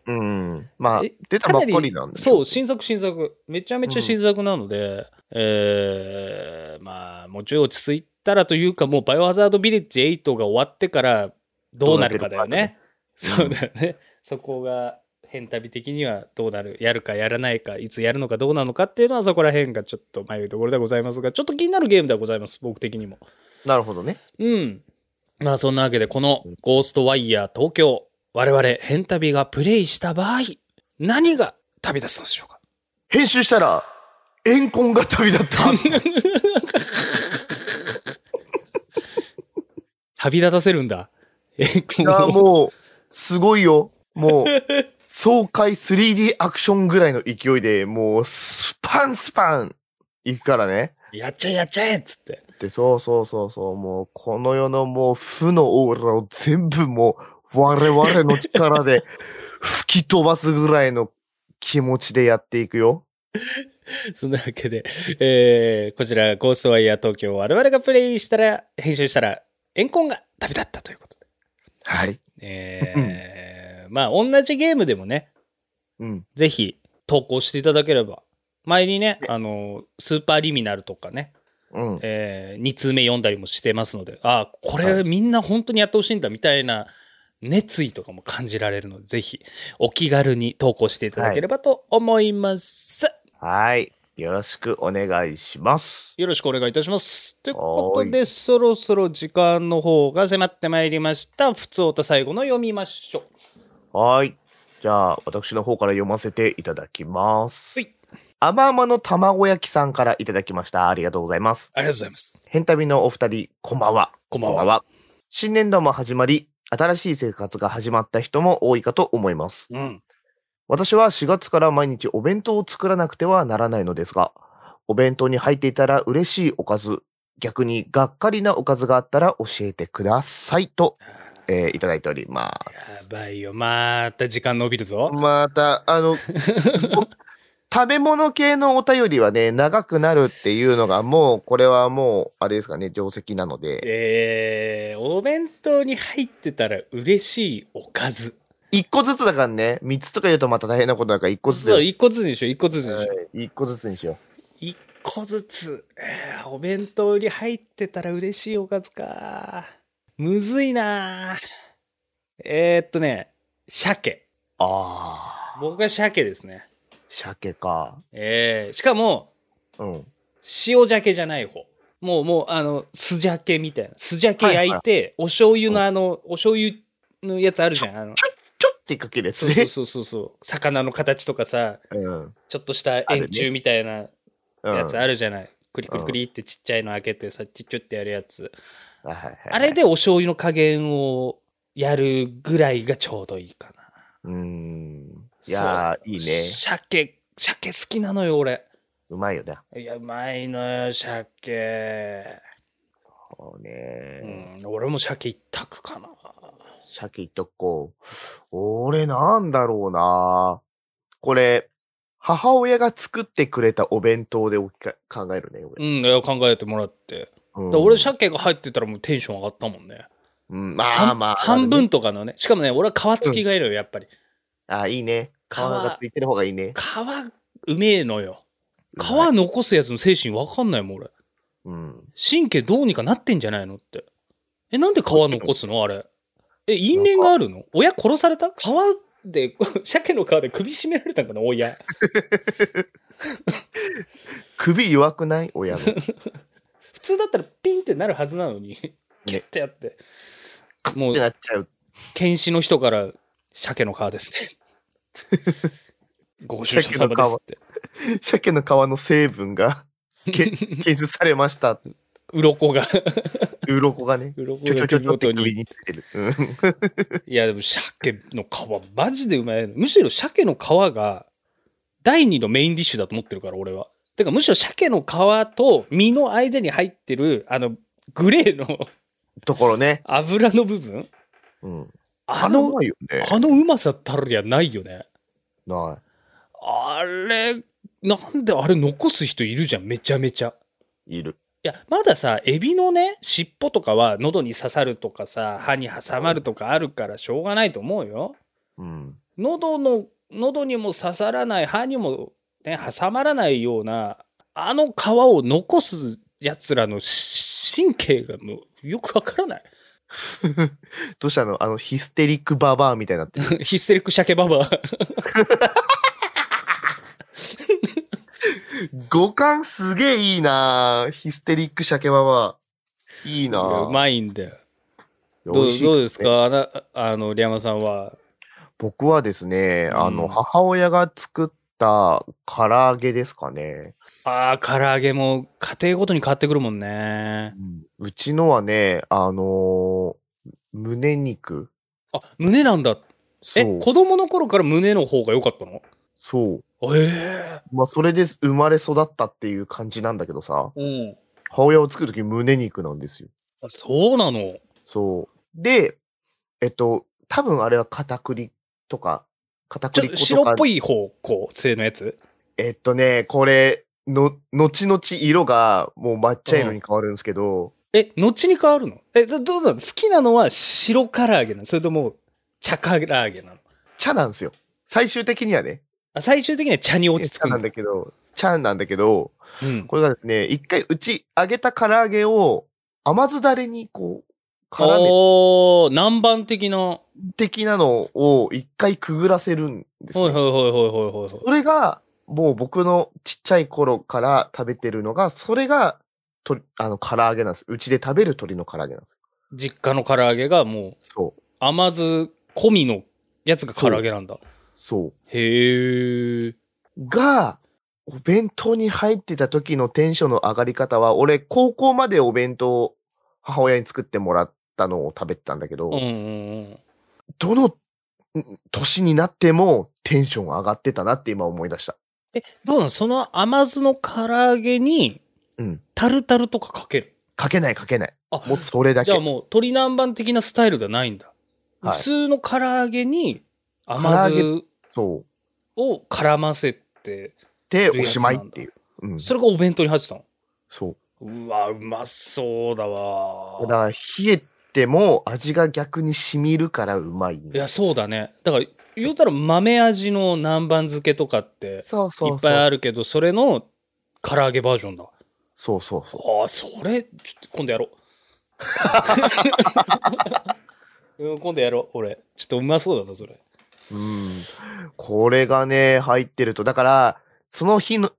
[SPEAKER 3] うん。まあ
[SPEAKER 1] え、
[SPEAKER 3] 出たばっかりなんで。
[SPEAKER 1] そう、新作、新作。めちゃめちゃ新作なので、えー、まあ、もうちょい落ち着いたらというか、もうバイオハザードビリッジ8が終わってからどうなるかだよね。 そうだよね。そこが、変旅的にはどうなる、やるかやらないか、いつやるのかどうなのかっていうのはそこら辺がちょっと迷うところではございますが、ちょっと気になるゲームではございます、僕的にも。
[SPEAKER 3] なるほどね。
[SPEAKER 1] うん。まあそんなわけで、このゴーストワイヤー東京、我々、変旅がプレイした場合、何が旅立つのでしょうか
[SPEAKER 3] 編集したら、怨恨が旅立った。
[SPEAKER 1] 旅立たせるんだ。え、
[SPEAKER 3] いや、もう、すごいよ。もう、爽快 3D アクションぐらいの勢いで、もう、スパンスパン行くからね。
[SPEAKER 1] やっちゃえやっちゃえっつって。
[SPEAKER 3] で、そうそうそうそう、もう、この世のもう、負のオーラを全部もう、我々の力で吹き飛ばすぐらいの気持ちでやっていくよ。
[SPEAKER 1] そんなわけで、えー、こちら、ゴーストワイヤー東京、我々がプレイしたら、編集したら、エンコンが旅立ったということで。
[SPEAKER 3] はい。
[SPEAKER 1] えー、まあ同じゲームでもね、
[SPEAKER 3] うん。
[SPEAKER 1] ぜひ投稿していただければ。前にね、あの、スーパーリミナルとかね、
[SPEAKER 3] うん。
[SPEAKER 1] えー、2通目読んだりもしてますので、ああ、こ
[SPEAKER 3] は
[SPEAKER 1] れみんな本当にやってほしいんだみたいな熱意とかも感じられるので、ぜひお気軽に投稿していただければと思います。
[SPEAKER 3] はい。よろしくお願いします。
[SPEAKER 1] よろしくお願いいたします。ということ
[SPEAKER 3] は
[SPEAKER 1] で、そろそろ時間の方が迫ってまいりました。普通おた最後の読みましょう。
[SPEAKER 3] はい。じゃあ、私の方から読ませていただきます。
[SPEAKER 1] はい。
[SPEAKER 3] あまあまの卵焼きさんからいただきました。ありがとうございます。
[SPEAKER 1] ありがとうございます。
[SPEAKER 3] 変旅のお二人、こんばんは。
[SPEAKER 1] こんばんは
[SPEAKER 3] 新年度も始まり、新しい生活が始まった人も多いかと思います。
[SPEAKER 1] うん。
[SPEAKER 3] 私は4月から毎日お弁当を作らなくてはならないのですが、お弁当に入っていたら嬉しいおかず、逆にがっかりなおかずがあったら教えてくださいと、えーいただいておりま
[SPEAKER 1] や
[SPEAKER 3] す。
[SPEAKER 1] ばいよ。また時間伸びるぞ。
[SPEAKER 3] また、あの、お食べ物系のお便りはね、長くなるっていうのがもう、これはもう、あれですかね、定石なので。
[SPEAKER 1] えー、お弁当に入ってたら嬉しいおかず。
[SPEAKER 3] 一個ずつだからね、三つとか言うとまた大変なことだから一個ずつ
[SPEAKER 1] そう、
[SPEAKER 3] です
[SPEAKER 1] 一。個ずつにしよう、一個ずつにしよう。
[SPEAKER 3] はい一個ずつにしよ
[SPEAKER 1] 一個ずつ。えーお弁当に入ってたら嬉しいおかずか。むずいなえー、っとね、鮭。
[SPEAKER 3] う。ああ、
[SPEAKER 1] 僕は鮭ですね。
[SPEAKER 3] 鮭か。
[SPEAKER 1] えー、しかも、
[SPEAKER 3] うん。
[SPEAKER 1] 塩鮭じゃない方。もう、もう、あの、酢鮭みたいな。酢鮭焼いて、お醤油のあの、お醤油のやつあるじゃん。 あの
[SPEAKER 3] ちょ、ちょってかけるやつ
[SPEAKER 1] そう
[SPEAKER 3] ね。
[SPEAKER 1] そうそうそうそう。魚の形とかさ、
[SPEAKER 3] うん。
[SPEAKER 1] ちょっとした円柱みたいな
[SPEAKER 3] うん。
[SPEAKER 1] やつ
[SPEAKER 3] はい
[SPEAKER 1] あるじゃない。クリクリクリってちっちゃいの開けてさ、ちっちょってやるやつ。
[SPEAKER 3] はいはい。
[SPEAKER 1] あれ。でお醤油の加減をやるぐらいがちょうどいいかな。
[SPEAKER 3] うーん。いやー、いいね。
[SPEAKER 1] 鮭、鮭好きなのよ、俺。
[SPEAKER 3] うまいよね。
[SPEAKER 1] いや、うまいのよ、鮭。
[SPEAKER 3] そう
[SPEAKER 1] う
[SPEAKER 3] ね。
[SPEAKER 1] ん、俺も鮭一択かな。
[SPEAKER 3] 鮭いっとこう。俺なんだろうな。これ、母親が作ってくれたお弁当で置きか考えるね、
[SPEAKER 1] う
[SPEAKER 3] 俺。
[SPEAKER 1] ん、いや考えてもらって。だ
[SPEAKER 3] うん
[SPEAKER 1] から俺、鮭が入ってたらもうテンション上がったもんね。
[SPEAKER 3] うん、まあ
[SPEAKER 1] 半
[SPEAKER 3] まあ。
[SPEAKER 1] 半分とかのね。しかもね、俺は皮付きがいるよ、やっぱり。
[SPEAKER 3] あ、いいね。皮
[SPEAKER 1] 皮
[SPEAKER 3] がついてる方がいいね。
[SPEAKER 1] 皮うめえのよ皮
[SPEAKER 3] うまい
[SPEAKER 1] 残すやつの精神わかんないもん俺
[SPEAKER 3] うん。
[SPEAKER 1] 神経どうにかなってんじゃないのってえなんで皮残すのあれえ因縁があるの親殺された皮で 鮭の皮で首絞められたんかな親
[SPEAKER 3] 首弱くない親 の。
[SPEAKER 1] 普通だったらピンってなるはずなのにキュッてやっても
[SPEAKER 3] って
[SPEAKER 1] う
[SPEAKER 3] なっちゃう。
[SPEAKER 1] 検視の人から鮭の皮ですね ご愁傷様です って
[SPEAKER 3] 鮭の皮の成 分がけ検出されました。
[SPEAKER 1] 鱗が
[SPEAKER 3] 鱗がね。
[SPEAKER 1] 鱗
[SPEAKER 3] ちょち
[SPEAKER 1] が首
[SPEAKER 3] ょちょちょっ
[SPEAKER 1] ご
[SPEAKER 3] て
[SPEAKER 1] とに
[SPEAKER 3] 首についてる。うん
[SPEAKER 1] いやでも鮭の皮マジでうまいのむしろ鮭の皮が第二のメインディッシュだと思ってるから、俺は。てか、むしろ鮭の皮と身の間に入ってる、あの、グレーの
[SPEAKER 3] ところね。
[SPEAKER 1] 油の部分
[SPEAKER 3] うん。
[SPEAKER 1] あの
[SPEAKER 3] う、まいよね。
[SPEAKER 1] あのうまさたるやないよね。
[SPEAKER 3] な
[SPEAKER 1] あれ、なんであれ残す人いるじゃん、めちゃめちゃ。
[SPEAKER 3] い。いる。
[SPEAKER 1] いや、まださ、エビのね、尻尾とかは喉に刺さるとかさ、歯に挟まるとかあるからしょうがないと思うよ。
[SPEAKER 3] うん。
[SPEAKER 1] 喉の、喉にも刺さらない、歯にも、ね、挟まらないような、あの皮を残す奴らのし神経がもうよくわからない。
[SPEAKER 3] どうしたのあの、ヒステリックババアみたいになってる。
[SPEAKER 1] ヒステリック鮭ババア。
[SPEAKER 3] 五感すげえいいなぁヒステリック鮭ババア。いいなぁ
[SPEAKER 1] うまいんだよ。
[SPEAKER 3] 美
[SPEAKER 1] どう
[SPEAKER 3] 味しい
[SPEAKER 1] どうですかあなあの、リ山さんは。
[SPEAKER 3] 僕はですね、あ
[SPEAKER 1] う
[SPEAKER 3] の、
[SPEAKER 1] ん
[SPEAKER 3] 母親が作った唐揚げですかね。
[SPEAKER 1] ああ、唐揚げも家庭ごとに変わってくるもんね。
[SPEAKER 3] うちのはね、あのー胸肉。
[SPEAKER 1] あ、胸なんだ。
[SPEAKER 3] そ
[SPEAKER 1] え、
[SPEAKER 3] う。
[SPEAKER 1] 子供の頃から胸の方が良かったの
[SPEAKER 3] そう。
[SPEAKER 1] ええ
[SPEAKER 3] まあ、それで生まれ育ったっていう感じなんだけどさ、
[SPEAKER 1] うん。
[SPEAKER 3] 母親を作るとき胸肉なんですよ。
[SPEAKER 1] あ、そうなの。
[SPEAKER 3] そう。で、えっと、多分あれは片栗とか、片
[SPEAKER 1] ちょ
[SPEAKER 3] 栗
[SPEAKER 1] っ
[SPEAKER 3] 粉
[SPEAKER 1] と
[SPEAKER 3] とか。
[SPEAKER 1] 白っぽい方向性のやつ
[SPEAKER 3] えっとね、これ、の、後々色がもう抹茶色に変わるんですけど、
[SPEAKER 1] え、後に変わるのえ、どどうなの好きなのは白唐揚げなのそれとも茶唐揚げなの
[SPEAKER 3] 茶なんですよ。最終的にはね。
[SPEAKER 1] あ最終的には茶に落ち着く
[SPEAKER 3] 茶なん
[SPEAKER 1] だ。
[SPEAKER 3] だけど、茶なんだけど、
[SPEAKER 1] うん。
[SPEAKER 3] これがですね、一回うち揚げた唐揚げを甘酢だれにこう、絡め
[SPEAKER 1] おー、南蛮的な。は
[SPEAKER 3] 的なのを一回くぐらせるんで
[SPEAKER 1] い
[SPEAKER 3] す
[SPEAKER 1] はいはい
[SPEAKER 3] ね。
[SPEAKER 1] はいはいはい。
[SPEAKER 3] それが、もう僕のちっちゃい頃から食べてるのが、それが、とあの、唐揚げなんです。うちで食べる鶏の唐揚げなんです。
[SPEAKER 1] 実家の唐揚げがもう
[SPEAKER 3] そう。
[SPEAKER 1] 甘酢込みのやつが唐揚げなんだ。
[SPEAKER 3] そう。
[SPEAKER 1] へえ。
[SPEAKER 3] が、お弁当に入ってた時のテンションの上がり方は、俺、高校までお弁当を母親に作ってもらったのを食べてたんだけど、
[SPEAKER 1] うんうんうん。
[SPEAKER 3] どのん年になってもテンション上がってたなって今思い出した。
[SPEAKER 1] どうなんその甘酢の唐揚げに
[SPEAKER 3] うん、
[SPEAKER 1] タルタルとかかける。
[SPEAKER 3] かけないかけない。
[SPEAKER 1] あ、
[SPEAKER 3] もうそれだ
[SPEAKER 1] じゃ
[SPEAKER 3] け
[SPEAKER 1] あ。もう鶏南蛮的なスタイルではないんだ。
[SPEAKER 3] はい
[SPEAKER 1] 普通の唐揚げに甘
[SPEAKER 3] 唐
[SPEAKER 1] 酢
[SPEAKER 3] そう。
[SPEAKER 1] を絡ませて、
[SPEAKER 3] で、おしまいっていう。うん。
[SPEAKER 1] それがお弁当に入ってたの。
[SPEAKER 3] そう
[SPEAKER 1] わ、うまそうだ
[SPEAKER 3] う。だ
[SPEAKER 1] わ。
[SPEAKER 3] から、冷えても味が逆に染みるからうまい。
[SPEAKER 1] いや、そうだね。だから、言うたら豆味の南蛮漬けとかって
[SPEAKER 3] そう
[SPEAKER 1] い
[SPEAKER 3] そうそう。
[SPEAKER 1] っぱいあるけど、それの唐揚げバージョンだ。
[SPEAKER 3] そうそうそ
[SPEAKER 1] ああ、それ、ちょっと今度やろう。 うん今度やろう、俺。ちょっとうまそうだな、それ。
[SPEAKER 3] う。うん。これがね、入ってると。だから、その日の、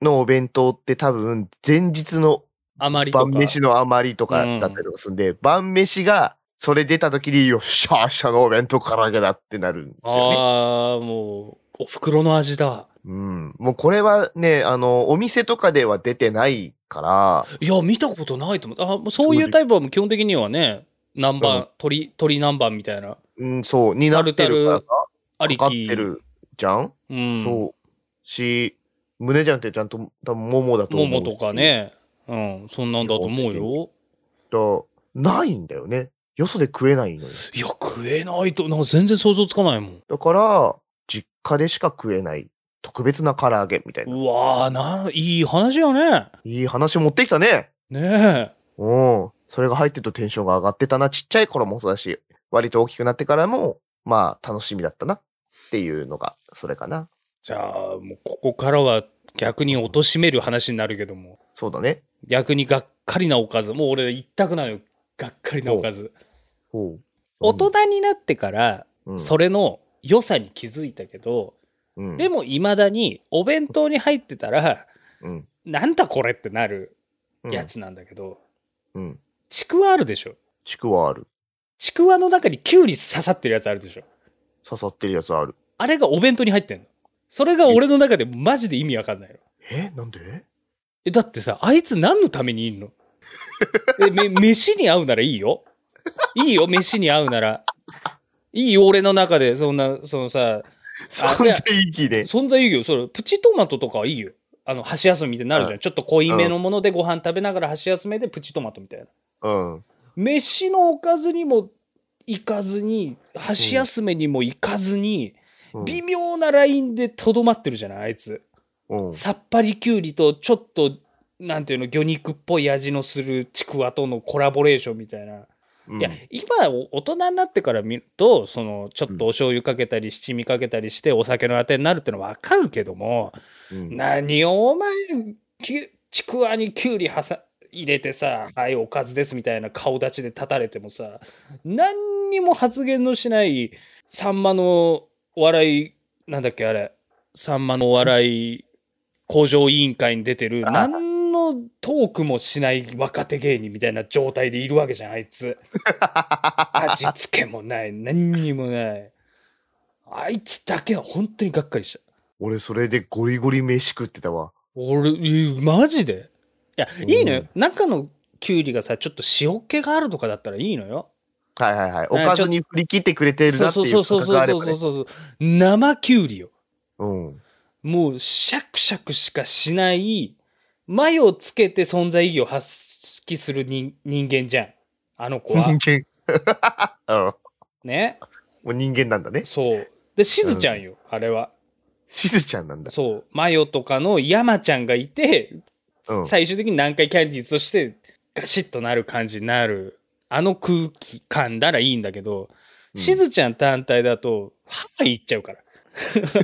[SPEAKER 3] のお弁当って多分、前日の
[SPEAKER 1] あまりとか。
[SPEAKER 3] 晩飯の余りとかだったりとかするんで、晩飯が、それ出た時に、よっしゃ、明日のお弁当唐揚げだってなるんですよね。
[SPEAKER 1] ああ、もう、お袋の味だ。
[SPEAKER 3] うん。もうこれはね、あの、お店とかでは出てないから、
[SPEAKER 1] いや、見たことないと思う。あもうそういうタイプはもう基本的にはね、南
[SPEAKER 3] う
[SPEAKER 1] 蛮、鳥、鳥南蛮みたいな。
[SPEAKER 3] うん、そう、になってるからさ、
[SPEAKER 1] あり
[SPEAKER 3] か
[SPEAKER 1] き。
[SPEAKER 3] かってるじゃん、
[SPEAKER 1] うん。
[SPEAKER 3] そう。し、胸じゃんってちゃんと多分桃だと思う。
[SPEAKER 1] 桃とか。ね。うん、そんなんだと思う
[SPEAKER 3] 基
[SPEAKER 1] よ。
[SPEAKER 3] と、ないんだよね。よそで食えないのよ。
[SPEAKER 1] いや、食えないと、なんか全然想像つかないもん。
[SPEAKER 3] だから、実家でしか食えない特別な唐揚げみたいな。
[SPEAKER 1] うわーな、いい話やね。
[SPEAKER 3] いい話持ってきたね。
[SPEAKER 1] ねえ。
[SPEAKER 3] うん。それが入ってるとテンションが上がってたな。ちっちゃい頃もそうだし、割と大きくなってからも、まあ、楽しみだったな。っていうのが、それかな。
[SPEAKER 1] じゃあ、もうここからは逆に貶としめる話になるけども、
[SPEAKER 3] そうだね。
[SPEAKER 1] 逆にがっかりなおかず、もう俺言ったくないよ。がっかりなおかず。
[SPEAKER 3] ほう。
[SPEAKER 1] 大人になってから、
[SPEAKER 3] うん、
[SPEAKER 1] それの良さに気づいたけど、
[SPEAKER 3] うん、
[SPEAKER 1] でも未だにお弁当に入ってたら、
[SPEAKER 3] うん、
[SPEAKER 1] なんだこれってなる
[SPEAKER 3] うん、
[SPEAKER 1] やつなんだけど、
[SPEAKER 3] うん。
[SPEAKER 1] ちくわあるでしょ。
[SPEAKER 3] ちくわある。
[SPEAKER 1] ちくわの中にきゅうり刺さってるやつあるでしょ。
[SPEAKER 3] 刺さってるやつある。
[SPEAKER 1] あれがお弁当に入ってんの。それが俺の中でマジで意味わかんないよ。
[SPEAKER 3] えな んで
[SPEAKER 1] え、だってさ、あいつ何のためにいんのえ、め、飯に合うならいいよ。いいよ、飯に合うなら。いいよ、俺の中で、そんな、そのさ、
[SPEAKER 3] 存在意義で。
[SPEAKER 1] 存在意義よそれプチトマトとかはいいよあの箸休みみたいになるじゃん、
[SPEAKER 3] う
[SPEAKER 1] ちょっと濃いめのものでご飯食べながら箸休めでプチトマトみたいな
[SPEAKER 3] うん。
[SPEAKER 1] 飯のおかずにも行かずに箸休めにも行かずに、
[SPEAKER 3] うん
[SPEAKER 1] 微妙なラインでとどまってるじゃないあいつ
[SPEAKER 3] うん。
[SPEAKER 1] さっぱりきゅうりとちょっとなんていうの魚肉っぽい味のするちくわとのコラボレーションみたいな、
[SPEAKER 3] うん
[SPEAKER 1] いや今お大人になってから見るとそのちょっとお醤油かけたり七味かけたりしてお酒のあてになるってのは分かるけども、
[SPEAKER 3] うん
[SPEAKER 1] 何をお前きゅちくわにきゅうりはさ入れてさはいおかずですみたいな顔立ちで立たれてもさ何にも発言のしないさんまのお笑いなんだっけあれさんまのお笑い工場委員会に出てる
[SPEAKER 3] あ
[SPEAKER 1] 何のトークもしない若手芸人みたいな状態でいるわけじゃんあい つ味付けもない何にもないあいつだけは本当にがっかりした
[SPEAKER 3] 俺、それでゴリゴリ飯食ってたわ。
[SPEAKER 1] 俺、えーマジでいや、
[SPEAKER 3] うん
[SPEAKER 1] いいのよ。中のきゅうりがさ、ちょっと塩気があるとかだったらいいのよ。
[SPEAKER 3] はいはいはい。お
[SPEAKER 1] ね
[SPEAKER 3] かずに振り切ってくれてる
[SPEAKER 1] そ
[SPEAKER 3] な
[SPEAKER 1] う
[SPEAKER 3] って
[SPEAKER 1] そう
[SPEAKER 3] い
[SPEAKER 1] そううそ
[SPEAKER 3] 感
[SPEAKER 1] う
[SPEAKER 3] 覚
[SPEAKER 1] そ
[SPEAKER 3] があれ
[SPEAKER 1] う
[SPEAKER 3] ば
[SPEAKER 1] そう
[SPEAKER 3] ね。
[SPEAKER 1] そう生きゅうりよ。
[SPEAKER 3] うん。
[SPEAKER 1] もう、シャクシャクしかしない、前をつけて存在意義を発揮する人人間じゃん。あの子は。
[SPEAKER 3] 人間。 うん。
[SPEAKER 1] ね。
[SPEAKER 3] もう人間なんだね。
[SPEAKER 1] そう。で、しずちゃんよ、あれは。
[SPEAKER 3] しずちゃんなんだ。
[SPEAKER 1] そう。マヨとかの山ちゃんがいて、
[SPEAKER 3] うん
[SPEAKER 1] 最終的に南海キャンディーズとしてガシッとなる感じになる。あの空気感ならいいんだけど、
[SPEAKER 3] うん
[SPEAKER 1] しずちゃん単体だと、ハワイ行っちゃうから。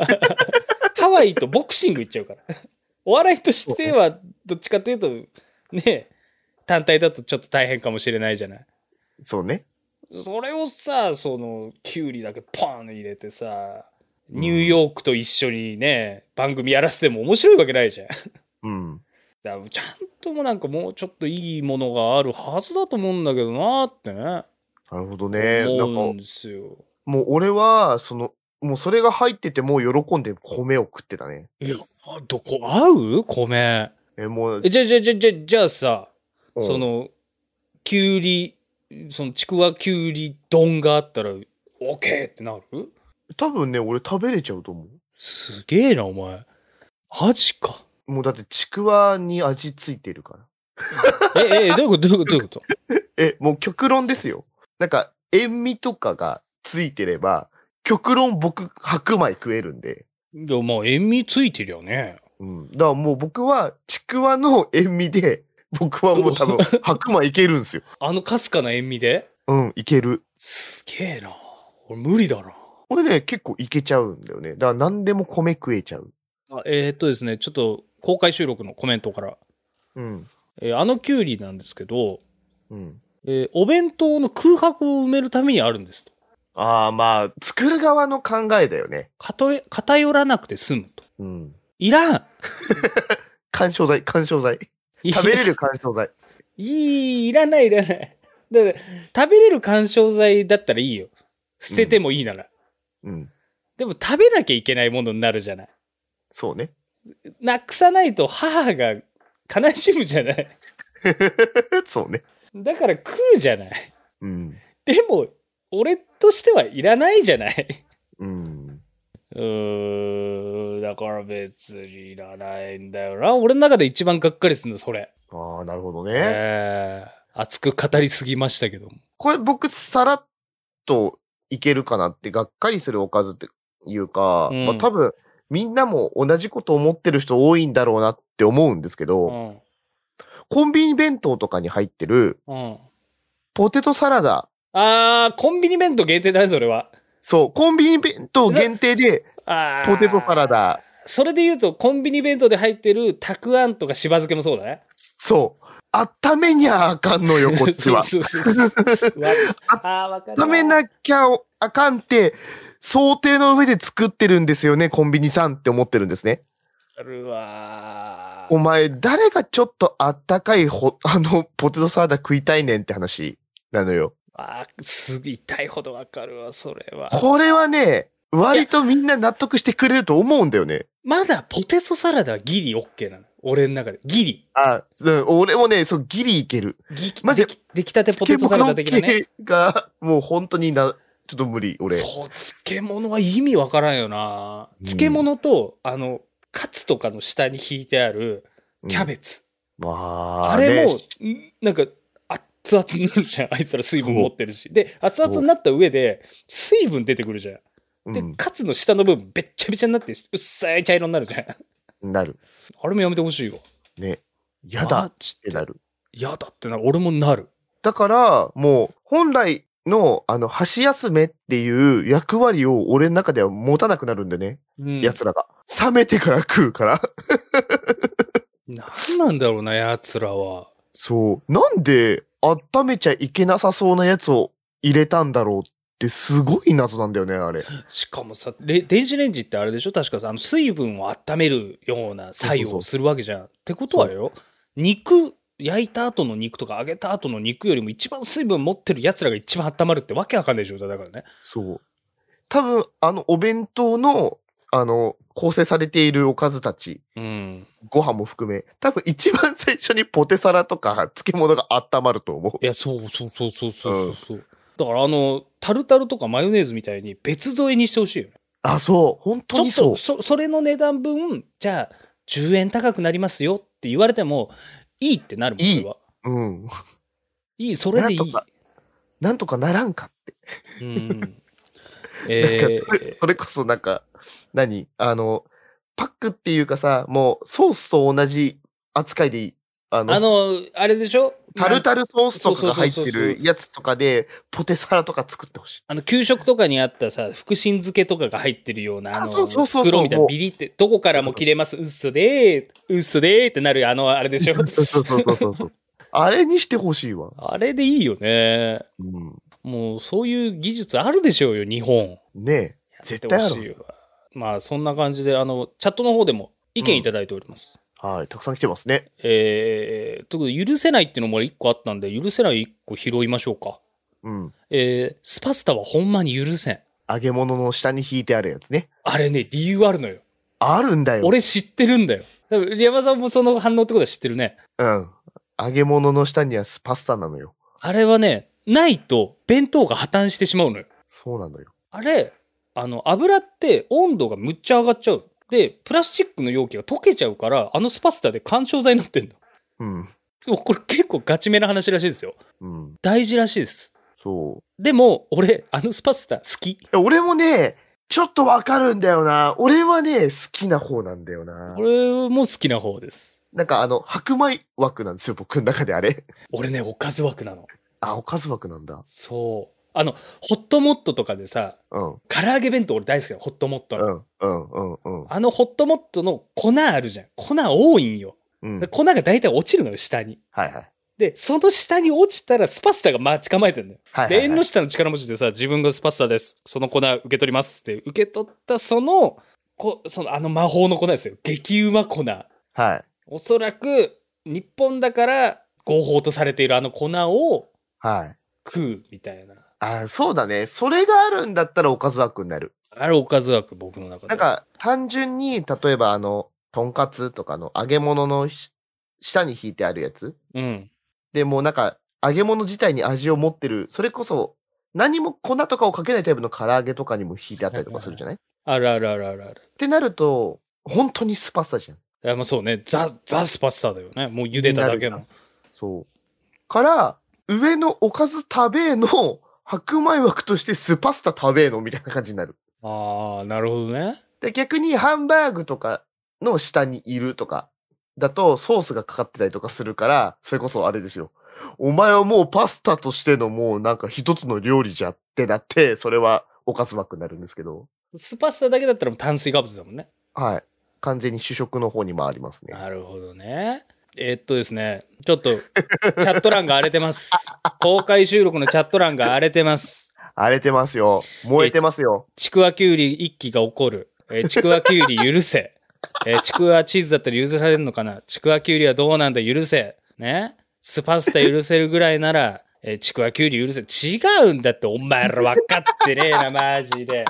[SPEAKER 1] ハワイとボクシング行っちゃうから。お笑いとしては、どっちかというと、ね、単体だとちょっと大変かもしれないじゃない。
[SPEAKER 3] そうね。
[SPEAKER 1] それをさそのキュウリだけパン入れてさニューヨークと一緒にね、番組やらせても面白いわけないじゃん。だか
[SPEAKER 3] うん。
[SPEAKER 1] らちゃんともなんかもうちょっといいものがあるはずだと思うんだけどなってね、
[SPEAKER 3] なるほどね。なんか
[SPEAKER 1] 思うん、ですよ。
[SPEAKER 3] もう俺は、その、もうそれが入っててもう喜んで米を食ってたね。
[SPEAKER 1] いやどこ合う米
[SPEAKER 3] え、もう
[SPEAKER 1] え、じゃあじゃあじゃあじゃあじゃあさ、
[SPEAKER 3] うん
[SPEAKER 1] そ、のキュウリそのちくわきゅうり丼があったら OK ってなる
[SPEAKER 3] 多分ね、俺食べれちゃうと思
[SPEAKER 1] すげえなお前マジか。
[SPEAKER 3] う。もうだってちくわに味ついてるから。
[SPEAKER 1] え、え、どういうことどういうことどういうこと
[SPEAKER 3] え、もう極論ですよ。なんか、塩味とかがついてれば、極論僕、白米食えるんで。
[SPEAKER 1] いや、まあ、塩味ついてるよね。
[SPEAKER 3] うん。だからもう僕は、ちくわの塩味で、僕はもう多分、白米いけるんですよ。
[SPEAKER 1] あのかすかな塩味で
[SPEAKER 3] うん、いける。
[SPEAKER 1] すげえな。俺無理だな。
[SPEAKER 3] これね、結構いけちゃうんだよね。だから何でも米食えちゃう。
[SPEAKER 1] あえーっとですね、ちょっと公開収録のコメントから。
[SPEAKER 3] うん。
[SPEAKER 1] えーあのきゅうりなんですけど、
[SPEAKER 3] うん。
[SPEAKER 1] えーお弁当の空白を埋めるためにあるんですと。
[SPEAKER 3] ああ、まあ、作る側の考えだよね。
[SPEAKER 1] かとえ偏らなくて済むと。
[SPEAKER 3] うん。
[SPEAKER 1] いらん
[SPEAKER 3] 干渉剤、干渉剤。食べれる干渉剤。
[SPEAKER 1] いい、いらない、いらない。だから、食べれる干渉剤だったらいいよ。捨ててもいいなら。
[SPEAKER 3] うん。
[SPEAKER 1] でも食べなきゃいけないものになるじゃない。
[SPEAKER 3] そうね。
[SPEAKER 1] なくさないと母が悲しむじゃない。
[SPEAKER 3] そうね。
[SPEAKER 1] だから食うじゃない。
[SPEAKER 3] うん。
[SPEAKER 1] でも、俺としてはいらないじゃない。
[SPEAKER 3] うん。
[SPEAKER 1] うーん、だから別にいらないんだよな。俺の中で一番がっかりするの、それ。
[SPEAKER 3] ああ、なるほど
[SPEAKER 1] え
[SPEAKER 3] ね。
[SPEAKER 1] え熱く語りすぎましたけども。
[SPEAKER 3] これ僕、さらっといけるかなって、がっかりするおかずっていうか、
[SPEAKER 1] うん
[SPEAKER 3] まあ多分、みんなも同じこと思ってる人多いんだろうなって思うんですけど、
[SPEAKER 1] う
[SPEAKER 3] コンビニ弁当とかに入ってる
[SPEAKER 1] ん。うん。
[SPEAKER 3] ポテトサラダ。
[SPEAKER 1] あー、コンビニ弁当限定だね、それは。
[SPEAKER 3] そう、コンビニ弁当限定で
[SPEAKER 1] あー
[SPEAKER 3] ポテトサラ。ダ。
[SPEAKER 1] それで言うと、コンビニ弁当で入ってるたくあんとかしば漬けもそうだね。
[SPEAKER 3] そう。温めにゃあかんのよ、こ っちは。
[SPEAKER 1] そうそうそうわあー、わかるわ。
[SPEAKER 3] 温めなきゃあかんって、想定の上で作ってるんですよね、コンビニさんって思ってるんですね。
[SPEAKER 1] あるわー
[SPEAKER 3] お前、誰がちょっとあったかいほ、 あの、ポテトサラダ食いたいねんって話なのよ。
[SPEAKER 1] あーすげえ痛いほどわかるわそれは
[SPEAKER 3] これはね、割とみんな納得してくれると思うんだよね。
[SPEAKER 1] まだポテトサラダはギリオッケーなの俺の中でギリ
[SPEAKER 3] あ、うん俺もね、そう、ギリいける。
[SPEAKER 1] ギ
[SPEAKER 3] マジ
[SPEAKER 1] でき出来たてポテトサラダ的な
[SPEAKER 3] スケ
[SPEAKER 1] ね
[SPEAKER 3] ボーの系が、もう本当にな、ちょっと無理、俺。
[SPEAKER 1] そう、漬物は意味わからんよな。
[SPEAKER 3] うん
[SPEAKER 1] 漬物と、あの、カツとかの下に引いてあるキャベツ。
[SPEAKER 3] うん。わー
[SPEAKER 1] あれも
[SPEAKER 3] ね、
[SPEAKER 1] んなんか、熱々になるじゃん。あ いつら水分持ってるし。で、熱々になった上で、水分出てくるじゃん。で
[SPEAKER 3] う、ん
[SPEAKER 1] カツの下の部分、べっちゃべちゃになって、うっさい茶色になるじゃん。
[SPEAKER 3] なる。
[SPEAKER 1] あれもやめてほしいよ。
[SPEAKER 3] ね。やだっ
[SPEAKER 1] マジ
[SPEAKER 3] て
[SPEAKER 1] で
[SPEAKER 3] なる。
[SPEAKER 1] やだってな、俺もなる。
[SPEAKER 3] だから、もう、本来の、あの、箸休めっていう役割を俺の中では持たなくなるんだよね。
[SPEAKER 1] うん、
[SPEAKER 3] 奴らが。冷めてから食うから。
[SPEAKER 1] なんなんだろうな、やつらは。
[SPEAKER 3] そう。なんで、温めちゃいけなさそうなやつを入れたんだろうって、すごい謎なんだよね、あれ。
[SPEAKER 1] しかもさ、レ電子レンジってあれでしょ確かさ、あの水分を温めるような作
[SPEAKER 3] そうそう
[SPEAKER 1] 用
[SPEAKER 3] そう
[SPEAKER 1] をするわけじゃん。ってことはよ、肉、焼いた後の肉とか揚げた後の肉よりも一番水分持ってるやつらが一番温まるってわけわかんない状態だからね。
[SPEAKER 3] そう。多分、あの、お弁当の、あの、構成されているおかずたち、
[SPEAKER 1] うん。
[SPEAKER 3] ご飯も含め、多分一番最初にポテサラとか漬物が温まると思
[SPEAKER 1] いや、そうそうそうそうそうそう。うだからあの、タルタルとかマヨネーズみたいに別添えにしてほしいよね。
[SPEAKER 3] う。あ、そう。本
[SPEAKER 1] ち
[SPEAKER 3] 当
[SPEAKER 1] ょ
[SPEAKER 3] に
[SPEAKER 1] っ
[SPEAKER 3] そう
[SPEAKER 1] と。そそれの値段分じゃあ10円高くなりますよって言われてもいいってなるもん
[SPEAKER 3] いい
[SPEAKER 1] 俺は
[SPEAKER 3] うん。
[SPEAKER 1] いいそれでいい
[SPEAKER 3] なんとかなんとかならんかって。
[SPEAKER 1] うん、えー、
[SPEAKER 3] それこそなんか、何あの、パックっていうかさ、もうソースと同じ扱いでいい。あの、
[SPEAKER 1] あのあれでしょ
[SPEAKER 3] タル
[SPEAKER 1] ル
[SPEAKER 3] タルソースとかが入っ
[SPEAKER 1] そう
[SPEAKER 3] て
[SPEAKER 1] そうそうそう
[SPEAKER 3] るやつとかで、ポテサラとか作ってほしい。
[SPEAKER 1] あの給食とかにあったさ福神漬けとかが入ってるようなあの
[SPEAKER 3] あそうそうそうそう
[SPEAKER 1] 袋みたいなビリってどこからも切れますうっすでーうっすでーってなるあのあれでし ょ
[SPEAKER 3] そうそうそうそうそう。 あれにしてほしいわ。
[SPEAKER 1] あれでいいよね
[SPEAKER 3] うん。
[SPEAKER 1] もうそういう技術あるでしょうよ日本
[SPEAKER 3] ねえ。絶対ある
[SPEAKER 1] やってほしいわまあそんな感じであのチャットの方でも意見いただいております、
[SPEAKER 3] はい。たくさん来てますね。
[SPEAKER 1] えー、ということで許せないっていうのも1個あったんで許せない1個拾いましょうか
[SPEAKER 3] うん。
[SPEAKER 1] えー、スパスタはほんまに許せん
[SPEAKER 3] 揚げ物の下に引いてあるやつね。
[SPEAKER 1] あれね理由あるのよ
[SPEAKER 3] あるんだよ。
[SPEAKER 1] 俺知ってるんだよ多分リヤマさんもその反応ってことは知ってるね
[SPEAKER 3] うん。揚げ物の下にはパスタなのよ。
[SPEAKER 1] あれはねないと弁当が破綻してしまうのよ
[SPEAKER 3] そうなのよ。
[SPEAKER 1] あれあの油って温度がむっちゃ上がっちゃうでプラスチックの容器が溶けちゃうからあのスパスタで干渉剤になってんの
[SPEAKER 3] うん。
[SPEAKER 1] でもこれ結構ガチめな話らしいですよ。
[SPEAKER 3] うん。
[SPEAKER 1] 大事らしいです。
[SPEAKER 3] そう。
[SPEAKER 1] でも、俺、あのスパスタ好き。
[SPEAKER 3] 俺もね、ちょっとわかるんだよな。俺はね、好きな方なんだよな。
[SPEAKER 1] 俺も好きな方です。
[SPEAKER 3] なんかあの、白米枠なんですよ、僕の中であれ。
[SPEAKER 1] 俺ね、おかず枠なの。
[SPEAKER 3] あ、おかず枠なんだ。
[SPEAKER 1] そう。あの、ホットモットとかでさ、
[SPEAKER 3] うん、
[SPEAKER 1] 唐揚げ弁当俺大好きなの、ホットモット
[SPEAKER 3] う
[SPEAKER 1] の。
[SPEAKER 3] ん、うん、うん、うん
[SPEAKER 1] あのホットモットの粉あるじゃん。粉多いんよ。
[SPEAKER 3] うん。
[SPEAKER 1] で粉が大体落ちるのよ、下に。
[SPEAKER 3] はいはい。
[SPEAKER 1] で、その下に落ちたらスパスタが待ち構えてんだよ。
[SPEAKER 3] はいはい、
[SPEAKER 1] で、
[SPEAKER 3] はい。
[SPEAKER 1] 縁の下の力持ちでさ、自分がスパスタです。その粉受け取りますって受け取ったその、こそのあの魔法の粉ですよ。激うま粉。
[SPEAKER 3] はい。
[SPEAKER 1] おそらく日本だから合法とされているあの粉を
[SPEAKER 3] はい。
[SPEAKER 1] 食うみたいな。
[SPEAKER 3] あ、そうだね。それがあるんだったらおかず枠になる。
[SPEAKER 1] あれおかず枠僕の中で。
[SPEAKER 3] なんか、単純に、例えばあの、とんかつとかの揚げ物のし下に引いてあるやつ。
[SPEAKER 1] うん。
[SPEAKER 3] でもうなんか、揚げ物自体に味を持ってる、それこそ、何も粉とかをかけないタイプの唐揚げとかにも引いてあったりとかするじゃない
[SPEAKER 1] あるあるあるあるある。
[SPEAKER 3] ってなると、本当にスパスタじゃん。
[SPEAKER 1] いやまあそうね。ザ、ザスパスタだよね。もう茹でただけ
[SPEAKER 3] にな
[SPEAKER 1] の。
[SPEAKER 3] そう。から、上のおかず食べーの、白米枠としてスパスタ食べーのみたいな感じになる。
[SPEAKER 1] ああ、なるほどね。
[SPEAKER 3] で、逆にハンバーグとかの下にいるとか、だとソースがかかってたりとかするから、それこそあれですよ。お前はもうパスタとしてのもうなんか一つの料理じゃってなって、それはおかず枠になるんですけど、
[SPEAKER 1] スパスタだけだったらもう炭水化物だもんね。
[SPEAKER 3] はい。完全に主食の方に回りますね。
[SPEAKER 1] なるほどね。えーっとですね、ちょっとチャット欄が荒れてます。公開収録のチャット欄が荒れてます。
[SPEAKER 3] 荒れてますよ。燃えてますよ。
[SPEAKER 1] ちくわきゅうり一揆が起こる。えーちくわきゅうり許せ。 えーちくわチーズだったら許されるのかなちくわきゅうりはどうなんだ許せ。ねスパスタ許せるぐらいなら、えーちくわきゅうり許せ。違うんだって、お前ら分かってねえな、マジで。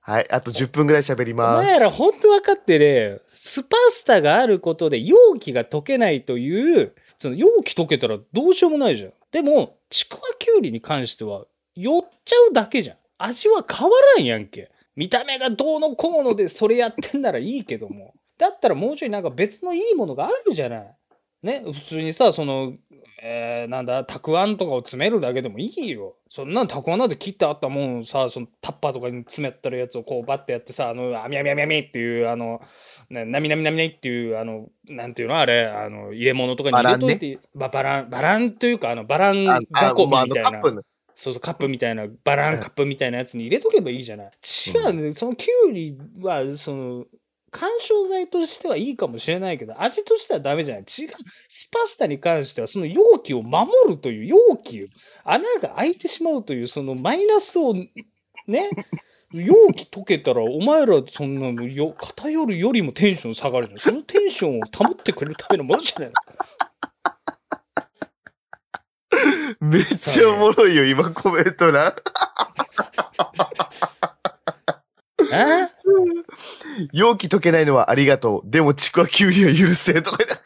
[SPEAKER 3] はい。あと10分ぐらい喋り
[SPEAKER 1] お
[SPEAKER 3] ます。
[SPEAKER 1] 前ら本当分かってねえよ。スパスタがあることで容器が溶けないという、その容器溶けたらどうしようもないじゃん。でも、ちくわきゅうりに関しては寄っちゃうだけじゃん。味は変わらんやんけ。見た目がどうのこうのでそれやってんならいいけども。だったらもうちょいなんか別のいいものがあるじゃない。ね、普通にさ、その、えーなんだ、たくあんとかを詰めるだけでもいいよ。そんなのたくあんなんて切ってあったもんさ、そのタッパーとかに詰めたるやつをこうバッてやってさ、あの、あみあみあみあみっていう、あの、ななみなみなみなみっていう、あの、なんていうのあれ、あの、入れ物とかに入れといて、ババラン、バランというか、あの、バラン
[SPEAKER 3] ああ
[SPEAKER 1] 囲
[SPEAKER 3] もうあ
[SPEAKER 1] みみ
[SPEAKER 3] の
[SPEAKER 1] たい
[SPEAKER 3] カ
[SPEAKER 1] な
[SPEAKER 3] ッ。プの
[SPEAKER 1] そうそう、カップみたいな、バランカップみたいなやつに入れとけばいいじゃない。違う、ね、そのキュウリは、その、干渉剤としてはいいかもしれないけど、味としてはダメじゃない。違う。スパスタに関しては、その容器を守るという、容器、穴が開いてしまうという、そのマイナスを、ね、容器溶けたら、お前らそんなのよ、偏るよりもテンション下がるじゃん。そのテンションを保ってくれるためのものじゃないの。
[SPEAKER 3] めっちゃおもろいよ、今コメント欄。
[SPEAKER 1] え
[SPEAKER 3] 容器溶けないのはありがとう。でもちくわきゅうりは許せとか言って。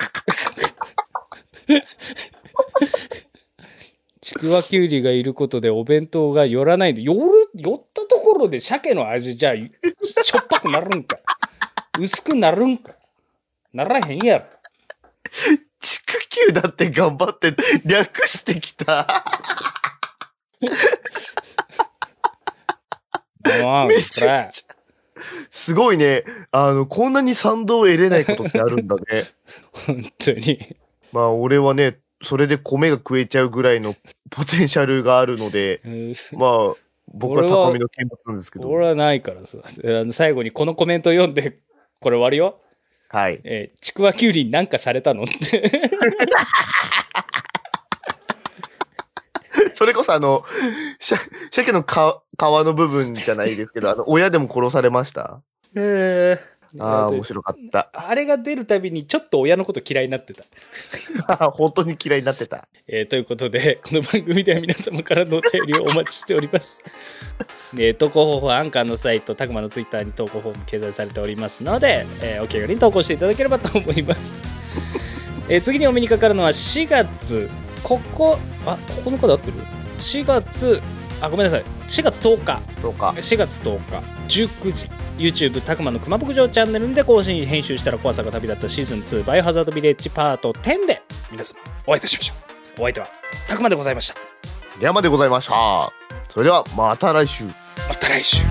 [SPEAKER 1] ちくわきゅうりがいることでお弁当が寄らないで、寄る、寄ったところで鮭の味じゃ、しょっぱくなるんか。 薄くなるんか。ならへんやろ。
[SPEAKER 3] ちくきゅうだって頑張って、略してきた。
[SPEAKER 1] ああ、
[SPEAKER 3] めち
[SPEAKER 1] これ
[SPEAKER 3] ゃく。ちゃ。すごいね。あの、こんなに賛同を得れないことってあるん だね。
[SPEAKER 1] 本当に。
[SPEAKER 3] まあ、俺はね、それで米が食えちゃうぐらいのポテンシャルがあるので、
[SPEAKER 1] うん
[SPEAKER 3] まあ、僕は
[SPEAKER 1] 俺は
[SPEAKER 3] 高みの見物なんですけど。
[SPEAKER 1] 俺はないからさ。あの最後にこのコメント読んで、これ終わるよ。
[SPEAKER 3] はい。
[SPEAKER 1] えーちくわきゅうりになんかされたのって。
[SPEAKER 3] それこそあの、しゃ、鮭のか皮の部分じゃないですけど、あの、親でも殺されました。
[SPEAKER 1] え
[SPEAKER 3] ああ、面白かった。
[SPEAKER 1] あれが出るたびにちょっと親のこと嫌いになってた。
[SPEAKER 3] 本当に嫌いになってた。
[SPEAKER 1] えーということで、 この番組では皆様からのお便りをお待ちしております。えー投稿方法はアンカーのサイト、たくまのツイッターに投稿フォーム掲載されておりますので、えーお気軽に投稿していただければと思います。えー次にお目にかかるのは4月、ここ、あ、ここの方合ってる ?4 月、あ、ごめんなさい、4月10日。
[SPEAKER 3] そうか。
[SPEAKER 1] 4月10日19時 YouTube たくまの熊牧場チャンネルで更新編集したら怖さが旅立ったシーズン2バイオハザードビレッジパート10で皆さんお会いいたしましょうお相手はたくまでございました
[SPEAKER 3] 山でございました。それでは、また来週。
[SPEAKER 1] また来週